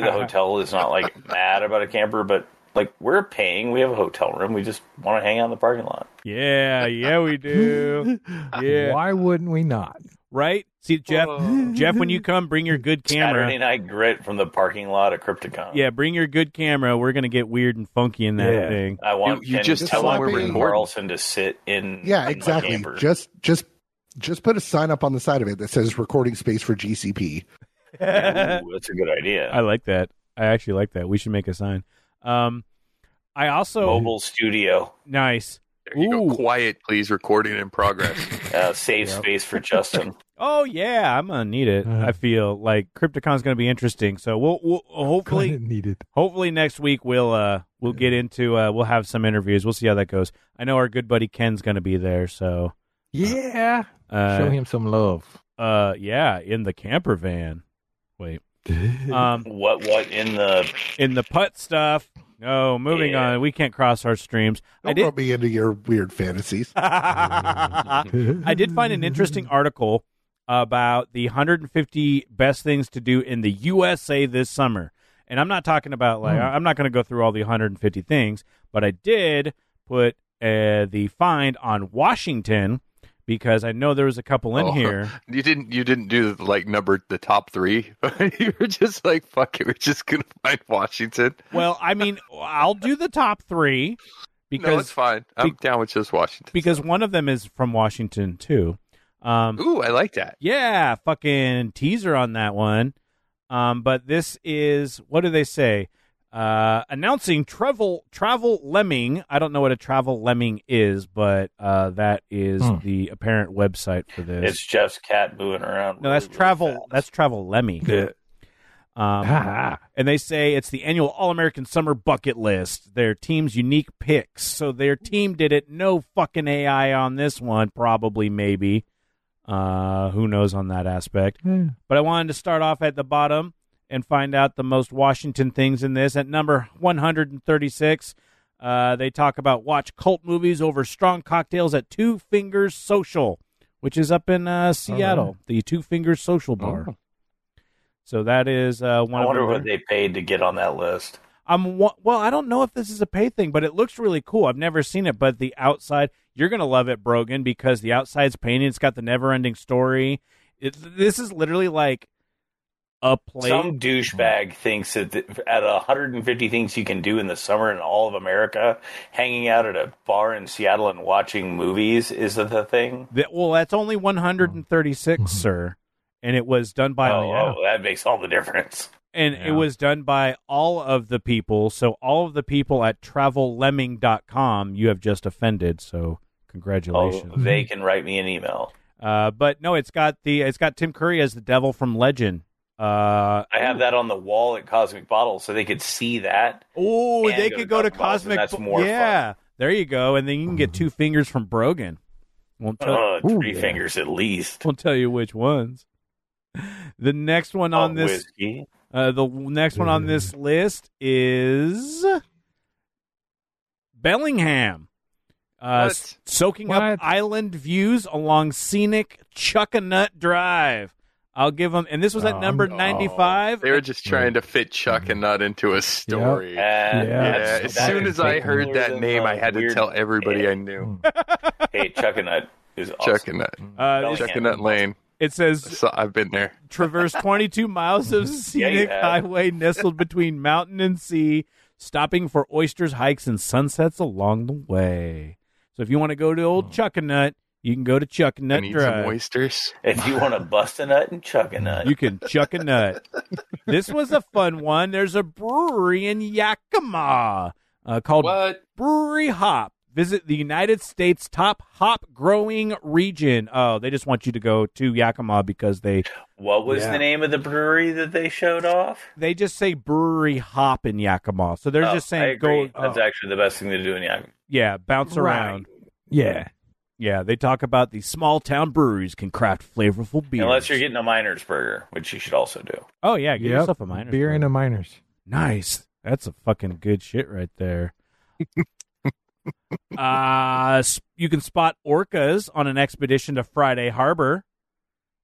S6: the hotel is not like mad about a camper, but like we're paying, we have a hotel room. We just want to hang out in the parking lot.
S1: yeah, yeah, we do. Yeah,
S3: Why wouldn't we not?
S1: right. See, Jeff, Jeff, when you come, bring your good camera.
S6: Saturday night grit from the parking lot at Crypticon.
S1: Yeah, bring your good camera. We're gonna get weird and funky in that
S6: Yeah.
S1: thing.
S6: I want
S2: You- you
S6: Ken-
S2: just
S6: I
S5: tell
S6: want
S5: them we're
S6: Ken
S5: recording.
S6: Carlson to sit in. in
S5: Yeah,
S6: my
S5: exactly.
S6: camper.
S5: Just just just put a sign up on the side of it that says recording space for GCP.
S6: Ooh, that's a good idea.
S1: I like that. I actually like that. We should make a sign. Um, I also
S6: Mobile studio,
S1: nice.
S2: There you
S1: Ooh.
S2: go. Quiet, please. Recording in progress.
S6: uh, save space for Justin.
S1: Oh yeah, I'm gonna need it.
S3: Uh.
S1: I feel like Crypticon's gonna be interesting. So we'll, we'll hopefully
S3: Kinda needed.
S1: hopefully next week we'll uh we'll get into uh we'll have some interviews. We'll see how that goes. I know our good buddy Ken's gonna be there, so
S3: Yeah.
S1: uh
S3: Show him some love.
S1: uh yeah, in the camper van. Wait. Um
S6: what? What in the?
S1: in the putt stuff. No, moving
S6: Yeah.
S1: on. We can't cross our streams. I
S5: Don't
S1: did
S5: put me into your weird fantasies.
S1: I did find an interesting article about the 150 best things to do in the USA this summer. And I'm not talking about
S2: Hmm.
S1: like I'm not going to go through all the 150 things, but I did put uh, the find on Washington because I know there was a couple in
S2: Oh.
S1: here.
S2: you didn't. You didn't do like number the top three. you were just like, fuck it. We're just gonna find Washington.
S1: Well, I mean, I'll do the top 3
S2: no, it's
S1: because
S2: fine. I'm down with just Washington.
S1: because one of them is from Washington too. Um
S2: Ooh, I like that.
S1: Yeah, fucking teaser on that one. Um, but this is what do they say? Uh, announcing travel travel lemming. I don't know what a travel lemming is, but uh, that is
S3: Hmm.
S1: the apparent website for this.
S6: It's Jeff's cat moving around.
S1: no, that's
S6: really, really
S1: travel.
S6: fast.
S1: That's travel lemming. Um,
S3: Ah,
S1: and they say it's the annual All American Summer Bucket List. Their team's unique picks. So their team did it. No fucking AI on this one. Probably, maybe. Uh, who knows on that aspect?
S3: Yeah.
S1: But I wanted to start off at the bottom and find out the most Washington things in this. At number 136, uh, they talk about watch cult movies over strong cocktails at Two Fingers Social, which is up in uh, Seattle, the Two Fingers Social Bar. So that is uh, one.
S6: I
S1: of
S6: wonder
S1: the-
S6: what they paid to get on that list.
S1: I'm wa- well. I don't know if this is a pay thing, but it looks really cool. I've never seen it, but the outside you're gonna love it, Brogan, because the outside's painted. It's got the never-ending story. It, this is literally like a play.
S6: Some douchebag thinks that th- at 150 things you can do in the summer in all of America, hanging out at a bar in Seattle and watching movies is the, the thing.
S1: that, well, that's only 136, sir, and it was done by
S6: oh, oh, that makes all the difference.
S1: and
S3: Yeah.
S1: it was done by all of the people. So all of the people at travellemming.com you have just offended. So
S6: Oh,
S1: congratulations.
S6: they can write me an email.
S1: Uh, but no, it's got the it's got Tim Curry as the devil from Legend. Uh,
S6: I have that on the wall at Cosmic Bottle, so they could see that.
S1: oh,
S6: And
S1: they
S6: go
S1: could
S6: to
S1: go to
S6: Cosmic Balls,
S1: Cosmic.
S6: and that's
S1: Bo-
S6: more
S1: yeah, there you go, and then you can get two fingers from Brogan. Won't tell,
S6: Uh,
S3: Ooh,
S6: three
S3: yeah.
S6: fingers at least.
S1: won't tell you which ones. The next one on
S6: Oh,
S1: this
S6: whiskey.
S1: Uh, the w- next one on
S3: Mm.
S1: this list is Bellingham. Uh,
S2: What?
S1: s- Soaking up
S3: What?
S1: island views along scenic Chuckanut Drive. I'll give them, and this was at
S3: Oh,
S1: number
S3: no.
S1: 95.
S2: They were just trying to fit Chuck and Nut into a story.
S6: And
S3: Yeah.
S2: Yeah,
S6: that's-
S2: as
S6: that
S2: soon as
S6: is
S2: I heard
S6: cooler
S2: that
S6: than
S2: name,
S6: the
S2: I had to
S6: weird-
S2: tell everybody I knew.
S6: Hey, Chuck and Nut is awesome.
S2: Chuck and Nut,
S1: Uh,
S6: Bellingham.
S1: it,
S2: Chuck and Nut Lane.
S1: it says
S2: So I've been there.
S1: traverse 22 miles of scenic
S6: have.
S1: highway nestled between mountain and sea, stopping for oysters, hikes, and sunsets along the way. So if you want to go to
S3: Oh.
S1: old Chuckanut, you can go to
S2: I
S1: Chuckanut
S2: need
S1: Drive.
S2: some oysters.
S6: If you want to bust a nut and chuck a nut,
S1: You can chuck a nut. this was a fun one. There's a brewery in Yakima uh, called
S2: What?
S1: Brewery Hop. Visit the United States' top hop growing region. Oh, they just want you to go to Yakima because they
S6: what was
S3: Yeah.
S6: the name of the brewery that they showed off?
S1: they just say brewery hop in Yakima. So they're
S6: Oh,
S1: just
S6: I
S1: saying
S6: agree.
S1: go, uh,
S6: That's actually the best thing to do in Yakima.
S1: yeah, bounce
S3: Right.
S1: around.
S3: Yeah.
S1: Yeah, they talk about the small town breweries can craft flavorful beers.
S6: Unless you're getting a miner's burger, which you should also do.
S1: oh yeah, get
S3: Yep.
S1: yourself a minor
S3: Beer
S1: brew.
S3: and a miners.
S1: Nice. That's a fucking good shit right there. uh s- you can spot orcas on an expedition to Friday Harbor.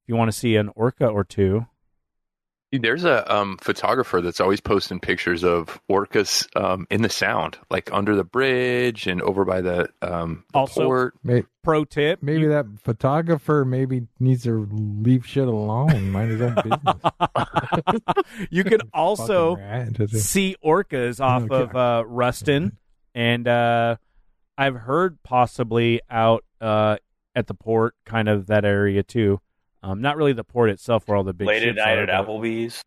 S1: If you want to see an orca or two.
S2: There's a um, photographer that's always posting pictures of orcas um, in the sound, like under the bridge and over by the, um, the
S1: Also-
S2: port.
S3: Maybe,
S1: Pro tip.
S3: maybe that photographer maybe needs to leave shit alone. Mind his own business.
S1: you can also
S3: Fucking Oh, rat. Does it-
S1: see orcas off
S3: Okay.
S1: of uh, Ruston, and uh, I've heard possibly out uh, at the port, kind of that area too. Um, not really the port itself, where all the big
S6: Late at
S1: ships
S6: night
S1: are,
S6: at
S1: but-
S6: Applebee's.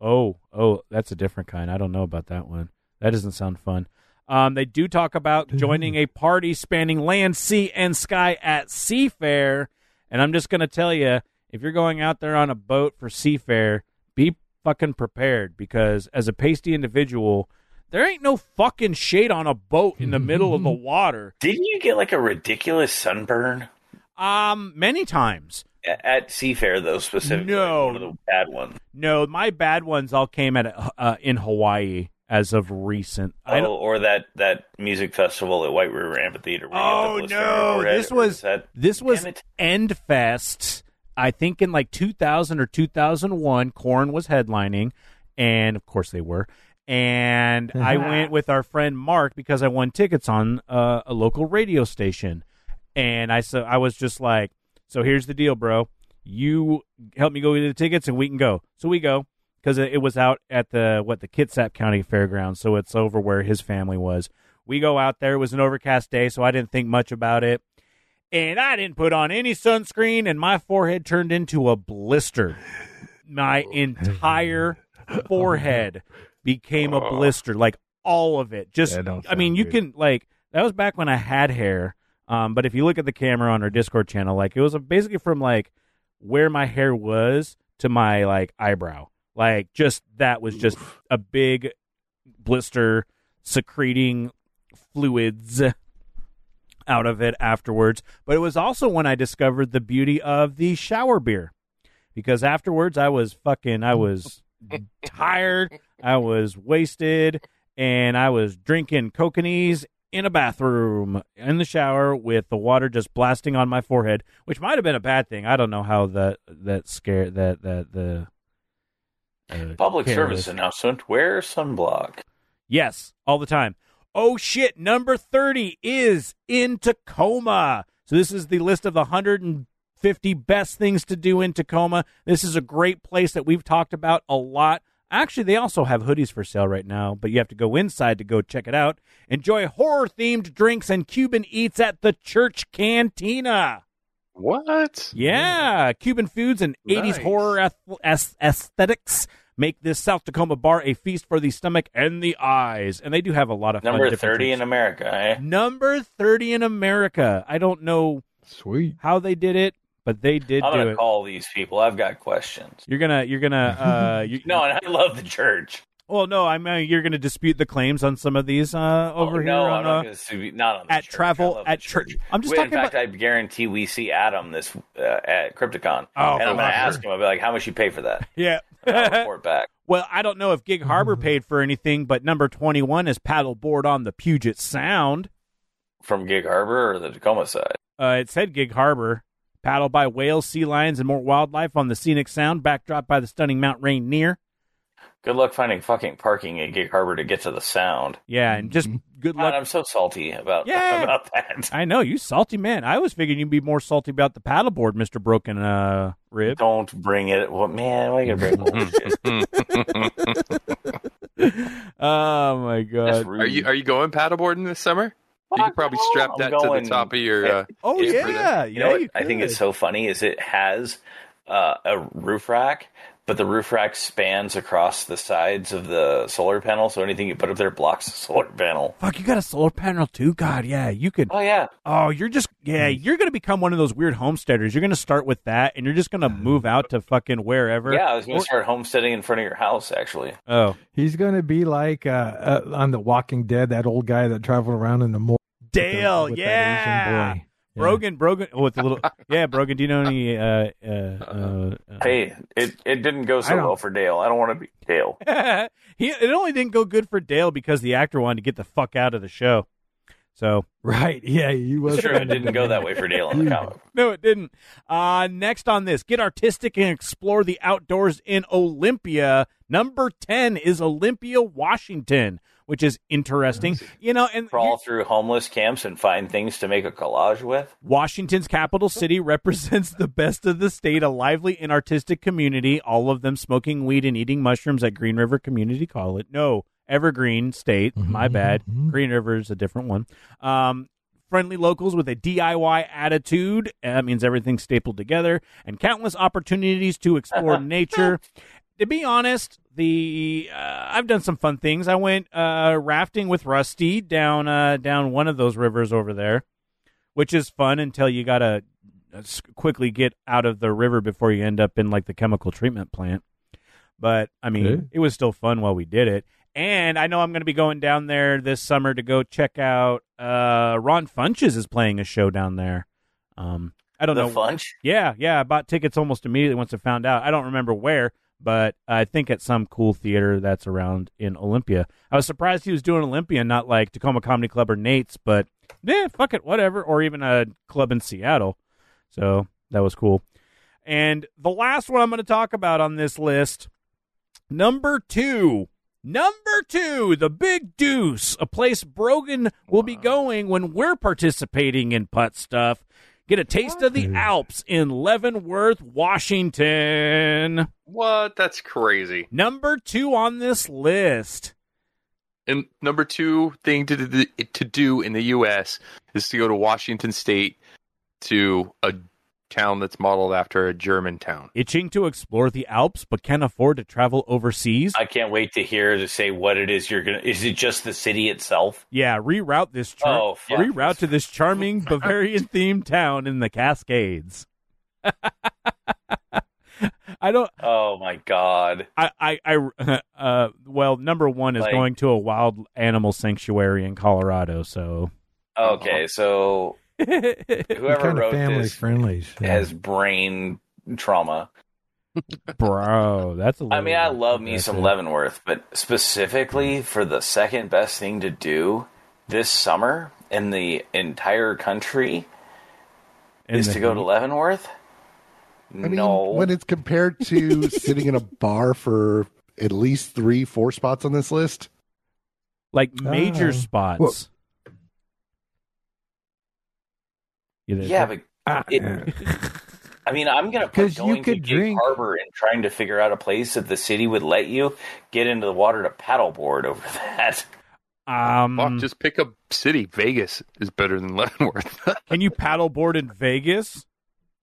S1: Oh, oh, that's a different kind. I don't know about that one. That doesn't sound fun. Um, they do talk about joining a party spanning land, sea, and sky at Seafair. And I'm just going to tell you if you're going out there on a boat for Seafair, be fucking prepared because as a pasty individual, there ain't no fucking shade on a boat in the middle of the water.
S6: Didn't you get like a ridiculous sunburn
S1: Um, many times.
S6: A- at Seafair though? Specifically,
S1: No.
S6: one of the bad ones.
S1: No, my bad ones all came at uh, in Hawaii as of recent. I don't,
S6: Oh, or that that music festival at White River Amphitheater. where you had the
S1: Oh
S6: blister
S1: no!
S6: overhead,
S1: This
S6: or
S1: was
S6: that-
S1: this was
S6: Damn it.
S1: Endfest. I think in like 2000 or 2001, Corn was headlining, and of course they were. And I went with our friend Mark because I won tickets on uh, a local radio station, and I so I was just like, so here's the deal, bro. You help me go get the tickets, and we can go. So we go because it it was out at the what the Kitsap County Fairgrounds, so it's over where his family was. We go out there. It was an overcast day, so I didn't think much about it, and I didn't put on any sunscreen, and my forehead turned into a blister. My entire forehead became a blister, like all of it. Just,
S3: That don't
S5: Oh,
S1: I mean,
S3: sound
S1: you
S3: good.
S1: can like that was back when I had hair. Um, but if you look at the camera on our Discord channel, like it was a, basically from like where my hair was to my like eyebrow. Like just that was just a big blister secreting fluids out of it afterwards. But it was also when I discovered the beauty of the shower beer. Because afterwards I was fucking I was tired, I was wasted, and I was drinking coconuts in a bathroom in the shower with the water just blasting on my forehead, which might have been a bad thing. I don't know how that that scare that that the uh,
S6: public
S1: careless-
S6: service announcement. Wear sunblock.
S1: Yes, all the time. Oh shit, number 30 is in Tacoma. So this is the list of the 150 best things to do in Tacoma. This is a great place that we've talked about a lot. Actually, they also have hoodies for sale right now, but you have to go inside to go check it out. Enjoy horror themed drinks and Cuban eats at the church cantina.
S2: What?
S1: Yeah, Cuban foods and 80s
S5: Nice.
S1: horror ath- aes- aesthetics make this South Tacoma bar a feast for the stomach and the eyes. And they do have a lot of fun
S6: Number
S1: different
S6: thirty in
S1: things.
S6: America. Eh?
S1: number 30 in America. I don't know
S3: Sweet.
S1: how they did it, but they did
S6: I'm
S1: do
S6: gonna
S1: it.
S6: call these people. I've got questions.
S1: You're gonna, you're gonna, uh, you,
S6: No, and I love the church.
S1: Well, no, I'm. Uh, you're going to dispute the claims on some of these uh, over
S6: Oh,
S1: here
S6: no,
S1: on,
S6: I'm not
S1: uh,
S6: gonna sue- not on the
S1: at
S6: church. I
S1: travel
S6: love the
S1: at church. I'm just
S6: Wait,
S1: talking
S6: in fact,
S1: about.
S6: I guarantee we see Adam this uh, at Crypticon,
S1: Oh,
S6: and
S1: for
S6: I'm going to
S1: sure.
S6: ask him. I'll be like, "How much you pay for that?" And I'll
S1: yeah.
S6: report back.
S1: well, I don't know if Gig Harbor
S6: Mm-hmm.
S1: paid for anything, but number 21 is paddleboard on the Puget Sound.
S6: from Gig Harbor or the Tacoma side?
S1: Uh, it said Gig Harbor. Paddled by whales, sea lions, and more wildlife on the scenic sound, backdropped by the stunning Mount Rainier.
S6: Good luck finding fucking parking at Gig Harbor to get to the Sound.
S1: Yeah, and just good
S6: God,
S1: luck.
S6: I'm so salty about
S1: Yeah.
S6: about that.
S1: I know you salty man. I was figuring you'd be more salty about the paddleboard, Mister Broken uh, Rib.
S6: Don't bring it. Well, man, why you gonna bring bullshit?
S1: oh my
S6: That's
S1: god!
S6: rude.
S2: Are you are you going paddleboarding this summer? You could probably strap
S6: I'm
S2: that to
S6: going-
S2: the top of your. Uh,
S1: Oh
S2: Yeah, for
S1: yeah,
S6: You know
S1: yeah.
S6: what I think
S1: could.
S6: it's so funny is it has uh, a roof rack, but the roof rack spans across the sides of the solar panel, so anything you put up there blocks the solar panel.
S1: Fuck, you got a solar panel too? God, yeah, you could.
S6: Oh yeah,
S1: Oh, you're just yeah,
S3: Hmm.
S1: you're gonna become one of those weird homesteaders. You're gonna start with that, and you're just gonna move out to fucking wherever.
S6: yeah. I was gonna start homesteading in front of your house actually.
S1: Oh,
S3: He's going to be like uh, uh, on The Walking Dead, that old guy that traveled around in the mall. with the-
S1: Dale,
S3: with that
S1: yeah.
S3: Asian boy. Yeah.
S1: Brogan, Brogan, oh, with the little yeah, Brogan. Do you know any? Uh, uh, uh, uh,
S6: Hey, it it didn't go so
S3: I don't-
S6: well for Dale. I don't want to be Dale.
S1: he it only didn't go good for Dale because the actor wanted to get the fuck out of the show. So
S3: Right. Yeah, he was.
S6: Sure, it didn't go that way for Dale in the comic.
S1: No, it didn't. Uh, next on this, get artistic and explore the outdoors in Olympia. Number 10 is Olympia, Washington, which is interesting. You know, and
S6: Crawl through homeless camps and find things to make a collage with.
S1: Washington's capital city represents the best of the state, a lively and artistic community, all of them smoking weed and eating mushrooms at Green River Community College. No, Evergreen State. My bad. Green River is a different one. Um, friendly locals with a DIY attitude. and That means everything's stapled together, and countless opportunities to explore nature. To be honest, the uh, I've done some fun things. I went uh, rafting with Rusty down uh, down one of those rivers over there which is fun until you gotta uh, s- quickly get out of the river before you end up in like the chemical treatment plant. But I mean,
S3: Okay.
S1: it was still fun while we did it. And I know I'm going to be going down there this summer to go check out. Uh, Ron Funches is playing a show down there. Um, I don't
S6: The
S1: know.
S6: funch.
S1: Yeah, yeah. I bought tickets almost immediately once I found out. I don't remember where, but I think at some cool theater that's around in Olympia. I was surprised he was doing Olympia, not like Tacoma Comedy Club or Nate's, but yeah, fuck it, whatever. Or even a club in Seattle. So that was cool. And the last one I'm going to talk about on this list, number two. Number two, the Big Deuce, a place Brogan will be going when we're participating in putt stuff. Get a taste of the Alps in Leavenworth, Washington.
S2: what? That's crazy.
S1: Number two on this list.
S2: And number two thing to do, to do in the U.S. is to go to Washington State to a town that's modeled after a German town.
S1: Itching to explore the Alps but can't afford to travel overseas?
S6: I can't wait to hear to say what it is you're gonna. Is it just the city itself?
S1: Yeah, reroute this char-
S6: Oh, fuck.
S1: reroute to this charming Bavarian themed town in the Cascades. I don't
S6: Oh my god!
S1: I I, I uh well number 1 is
S6: Like-
S1: going to a wild animal sanctuary in Colorado, so
S6: Okay, so whoever
S3: kind of
S6: wrote
S3: family
S6: this
S3: friendly.
S6: has brain trauma.
S1: bro, that's a
S6: I
S1: little
S6: mean, I love me some
S1: aggressive.
S6: Leavenworth, but specifically for the second best thing to do this summer in the entire country
S1: In
S6: is
S1: the
S6: to go to
S1: heat.
S6: Leavenworth.
S5: I mean,
S6: no,
S5: when it's compared to sitting in a bar for at least three, four spots on this list,
S1: like major
S3: Oh.
S1: spots.
S3: Well-
S1: You there,
S6: yeah,
S1: Tim?
S6: but it- I mean, I'm gonna put
S3: 'Cause
S6: going
S3: you could
S6: to Gig
S3: drink-
S6: Harbor and trying to figure out a place that the city would let you get into the water to paddleboard over that.
S1: um,
S2: Fuck, just pick a city. Vegas is better than Leavenworth.
S1: can you paddleboard in Vegas?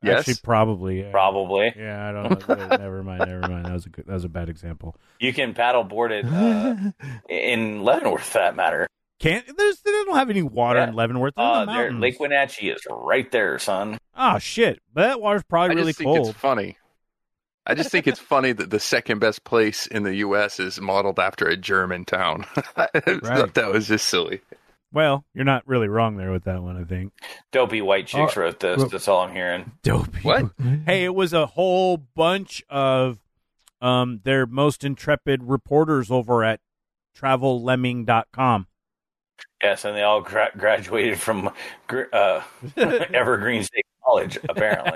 S2: Yes.
S1: Actually, probably. Yeah.
S6: Probably.
S1: Yeah, I don't. know. never mind. Never mind. That was a good, that was a bad example.
S6: You can paddleboard it uh, in Leavenworth, for that matter.
S1: Can't there's they don't have any water
S6: Yeah.
S1: in Leavenworth. They're
S6: Uh,
S1: in the
S6: there,
S1: mountains.
S6: Lake Wenatchee is right there, son.
S1: oh shit! But that water's
S2: I
S1: probably
S2: just
S1: really
S2: think
S1: cold.
S2: it's funny. I just think it's funny that the second best place in the U.S. is modeled after a German town. I
S3: Right.
S2: thought that was just silly.
S1: Well, you're not really wrong there with that one. I think.
S6: Dopey white chicks
S3: Oh,
S6: wrote this.
S3: well-
S6: That's all I'm hearing.
S8: Dope.
S2: What?
S1: Hey, it was a whole bunch of um their most intrepid reporters over at travellemming.com.
S6: Yes, and they all gra- graduated from gr- uh, Evergreen State College, apparently.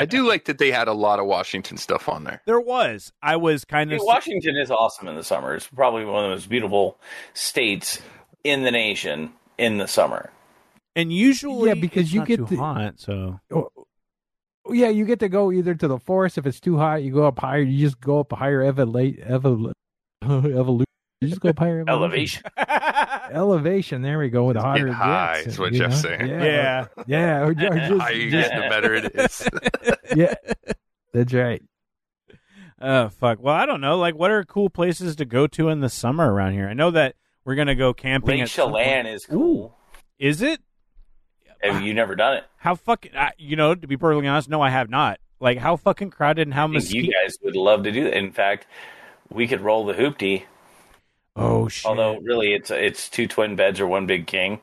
S1: I
S2: do like that they had a lot of Washington stuff on there.
S1: There was. I was kind
S6: Hey,
S1: of.
S6: Washington is awesome in the summer. It's probably one of the most beautiful states in the nation in the summer.
S1: and usually,
S3: Yeah, because
S1: it's
S3: you
S1: not
S3: get
S1: too
S3: the-
S1: hot. So
S3: Oh, yeah, you get to go either to the forest if it's too hot, you go up higher, you just go up higher evolate evol evolution. You just go up higher evolution.
S6: Elevation.
S3: Elevation. There we go with the
S2: Just
S3: hotter
S2: get
S3: it
S2: high,
S3: gets,
S2: is what
S3: you
S2: Jeff's
S3: know?
S2: saying.
S3: Yeah,
S1: yeah.
S3: yeah. or ju- or
S2: The
S3: just-
S2: higher you
S3: just-
S2: get, the better it is.
S3: yeah, that's right.
S1: Oh fuck. Well, I don't know. Like, what are cool places to go to in the summer around here? I know that we're gonna go camping.
S6: Lake
S1: at some point.
S6: Chelan is cool.
S1: Is it?
S6: Have you never done it?
S1: How fucking? I, you know, to be perfectly honest, no, I have not. Like, how fucking crowded and how
S6: I think you
S1: mosquito?
S6: guys would love to do that. In fact, we could roll the hoopty.
S1: Oh shit.
S6: Although, really, it's it's two twin beds or one big king.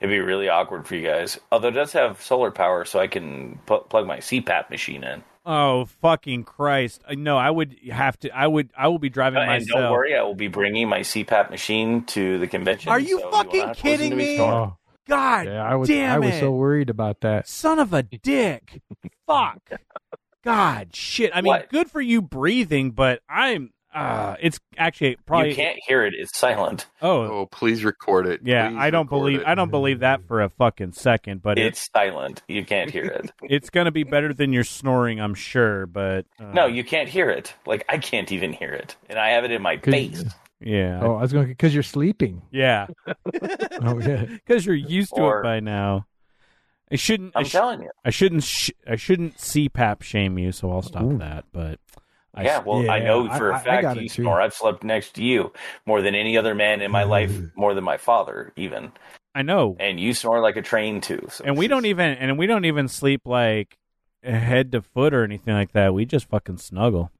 S6: It'd be really awkward for you guys. Although, it does have solar power, so I can pl- plug my CPAP machine in.
S1: Oh fucking Christ! I- No, I would have to. I would. I will be driving
S6: Uh, and
S1: myself.
S6: don't worry, I will be bringing my CPAP machine to the convention.
S1: Are you
S6: so
S1: fucking
S6: won't have to listen
S1: kidding
S6: to me?
S1: me?
S6: snore.
S3: Oh,
S1: God
S3: yeah, I was
S1: damn
S3: I was
S1: it.
S3: so worried about that.
S1: son of a dick! Fuck. God shit. I mean,
S6: What?
S1: good for you breathing, but I'm. Uh, it's actually probably.
S6: You can't hear it; it's silent.
S1: Oh,
S2: oh, please record it.
S1: Yeah,
S2: Please
S1: I don't
S2: record
S1: believe
S2: it.
S1: I don't believe that for a fucking second, but it's
S6: It's silent. You can't hear it.
S1: it's gonna be better than your snoring, I'm sure. But uh,
S6: No, you can't hear it. Like I can't even hear it, and I have it in my face.
S1: yeah,
S3: Oh, I was going because you're sleeping.
S1: yeah,
S3: Oh, yeah.
S1: because you're used to
S6: Or-
S1: it by now. I shouldn't. I,
S6: I'm
S1: sh-
S6: telling you.
S1: I shouldn't. Sh- I shouldn't CPAP shame you, so I'll stop that. But I,
S6: yeah, well, I
S3: yeah,
S6: know for
S3: I-
S6: a
S3: I- I
S6: fact
S3: got
S6: you
S3: it too.
S6: snore. I've slept next to you more than any other man in my life, more than my father, even.
S1: I know,
S6: And you snore like a train too. So
S1: and we
S6: it's-
S1: don't even and we don't even sleep like head to foot or anything like that. We just fucking snuggle.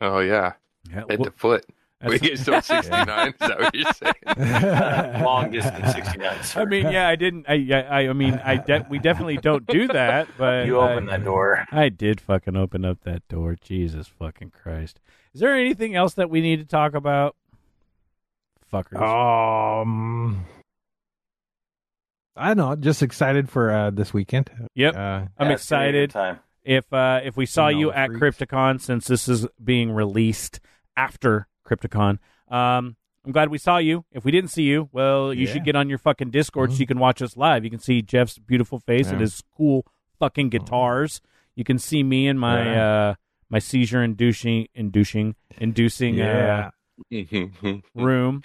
S2: Oh yeah,
S1: Yeah, well,
S2: head to foot. We
S1: that's-
S2: get so sixty nine. Is that what you're saying?
S6: long distance 69. Sir.
S1: I mean, yeah, I didn't. I, I, I mean, I de- we definitely don't do that. But
S6: you
S1: I-
S6: open that door.
S1: I did fucking open up that door. Jesus fucking Christ. Is there anything else that we need to talk about? Fuckers.
S3: um, I don't know. Just excited for uh, this weekend.
S1: Yep.
S3: Uh,
S1: I'm
S6: Yeah, it's gonna be a good
S1: excited.
S6: Time.
S1: If uh if we saw
S3: You know,
S1: you at
S3: freaks.
S1: Crypticon since this is being released after Crypticon. Um I'm glad we saw you. If we didn't see you, well, you
S3: Yeah.
S1: should get on your fucking Discord
S3: Mhm.
S1: so you can watch us live. You can see Jeff's beautiful face and
S3: Yeah. Mm-hmm.
S1: his cool fucking guitars. You can see me and my
S3: Yeah.
S1: uh my seizure inducing inducing inducing
S3: yeah.
S1: uh, room.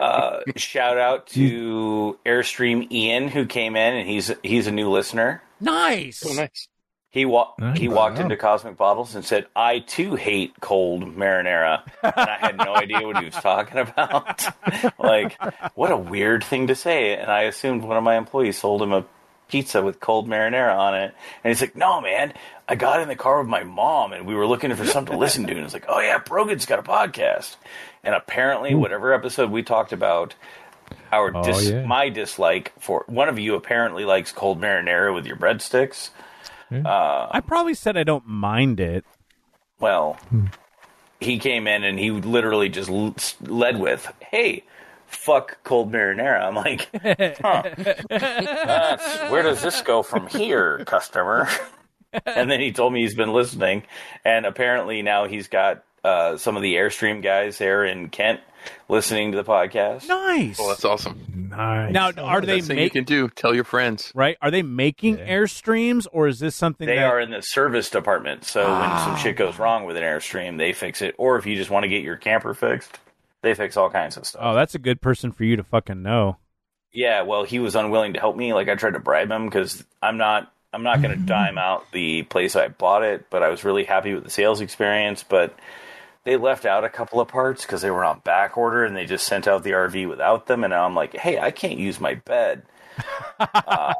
S6: Uh, shout out to Airstream Ian who came in and he's he's a new listener.
S1: Nice.
S6: He wa- he
S3: Nice.
S6: walked
S5: Wow.
S6: into Cosmic Bottles and said, "I too hate cold marinara," and I had no idea what he was talking about. like, what a weird thing to say! And I assumed one of my employees sold him a pizza with cold marinara on it, and he's like, "No, man, I got in the car with my mom, and we were looking for something to listen to, and it's like, oh yeah, Brogan's got a podcast, and apparently, whatever episode we talked about." Our dis-
S3: yeah.
S6: my dislike for one of you apparently likes cold marinara with your breadsticks.
S1: I probably said I don't mind it.
S6: Well, he came in and he literally just l- led with, "Hey, fuck cold marinara." I'm like, huh. That's- "Where does this go from here, customer?" and then he told me he's been listening, and apparently now he's got uh, some of the Airstream guys there in Kent listening to the podcast.
S1: Nice.
S2: Well, that's awesome.
S3: Nice.
S1: now, are they
S2: Best thing you
S1: making
S2: can do. Tell your friends.
S1: right? Are they making airstreams, or is this something
S6: They
S1: that
S6: are in the service department, so when some shit goes wrong with an Airstream, they fix it. Or if you just want to get your camper fixed, they fix all kinds of stuff.
S1: Oh, that's a good person for you to fucking know.
S6: Yeah, well, he was unwilling to help me. Like I tried to bribe him because I'm not. I'm not going to dime out the place I bought it, but I was really happy with the sales experience. But they left out a couple of parts because they were on back order and they just sent out the RV without them. And now I'm like, hey, I can't use my bed. uh,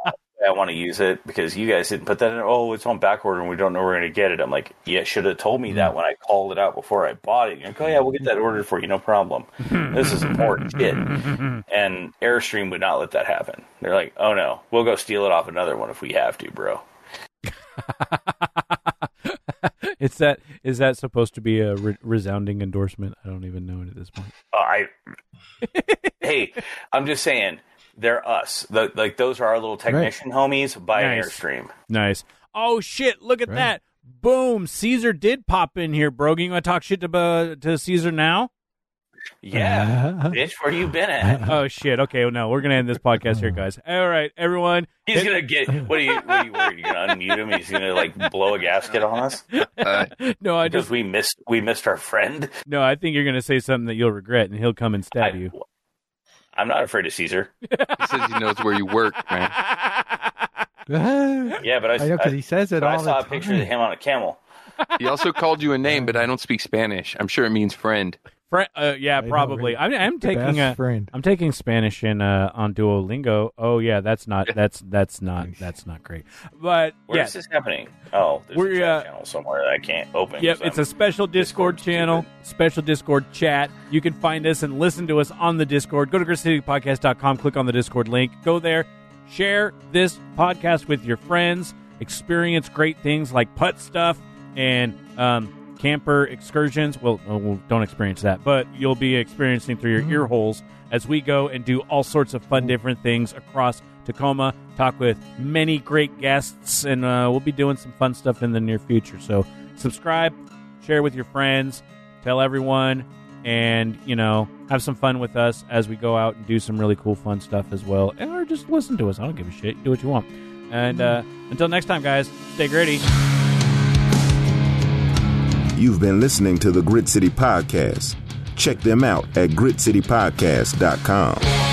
S6: I want to use it because you guys didn't put that in. Oh, it's on back order and we don't know we're going to get it. I'm like, yeah, should have told me that when I called it out before I bought it. You're like, oh, yeah, we'll get that ordered for you. No problem. this is important shit. And Airstream would not let that happen. They're like, oh, no, we'll go steal it off another one if we have to, bro.
S1: it's that is that supposed to be a re- resounding endorsement? I don't even know it at this point.
S6: Uh, I, hey, I'm just saying they're us. The, like those are our little technician homies. Buy an
S1: Nice.
S6: Airstream.
S1: Nice. Oh shit! Look at that. Boom! Caesar did pop in here, Brogan. You want to talk shit to uh, to Caesar now?
S6: Yeah,
S3: Uh-huh.
S6: bitch, where you been at?
S1: Oh shit! Okay, well, no, we're gonna end this podcast here, guys. All right, everyone.
S6: He's gonna get. What are you? What are you worried? You're gonna unmute him. He's gonna like blow a gasket on us
S9: Uh,
S1: No, I
S6: because
S1: just
S6: we missed we missed our friend.
S1: no. I think you're gonna say something that you'll regret, and he'll come and stab you.
S6: I'm not afraid of Caesar.
S9: he says he knows where you work, man.
S3: I
S6: Yeah, but I,
S3: know because he says it
S6: but I
S3: all
S6: saw
S3: the
S6: a
S3: time.
S6: picture of him on a camel.
S9: He also called you a name, but I don't speak Spanish. I'm sure it means friend.
S1: Fr- uh, yeah,
S3: know,
S1: probably.
S3: right?
S1: I'm, I'm taking
S3: Best
S1: a.
S3: friend.
S1: I'm taking Spanish in uh, on Duolingo. Oh yeah, that's not that's that's not that's not great. But
S6: Where is
S1: yeah,
S6: this happening? Oh, there's
S1: We're,
S6: a chat
S1: uh,
S6: channel somewhere that I can't open.
S1: Yep,
S6: 'cause
S1: it's
S6: I'm-
S1: a special Discord,
S6: Discord
S1: channel, special Discord chat. You can find us and listen to us on the Discord. Go to gritcitypodcast.com, click on the Discord link, go there, share this podcast with your friends, experience great things like putt stuff and um, camper excursions. Well, uh, well, don't experience that, but you'll be experiencing through your ear holes as we go and do all sorts of fun, different things across Tacoma. Talk with many great guests, and uh, we'll be doing some fun stuff in the near future. So subscribe share with your friends, tell everyone, and you know, have some fun with us as we go out and do some really cool, fun stuff as well. And or just listen to us. I don't give a shit. Do what you want. And uh, until next time, guys, stay gritty.
S10: You've been listening to the Grid City Podcast. Check them out at gritcitypodcast.com.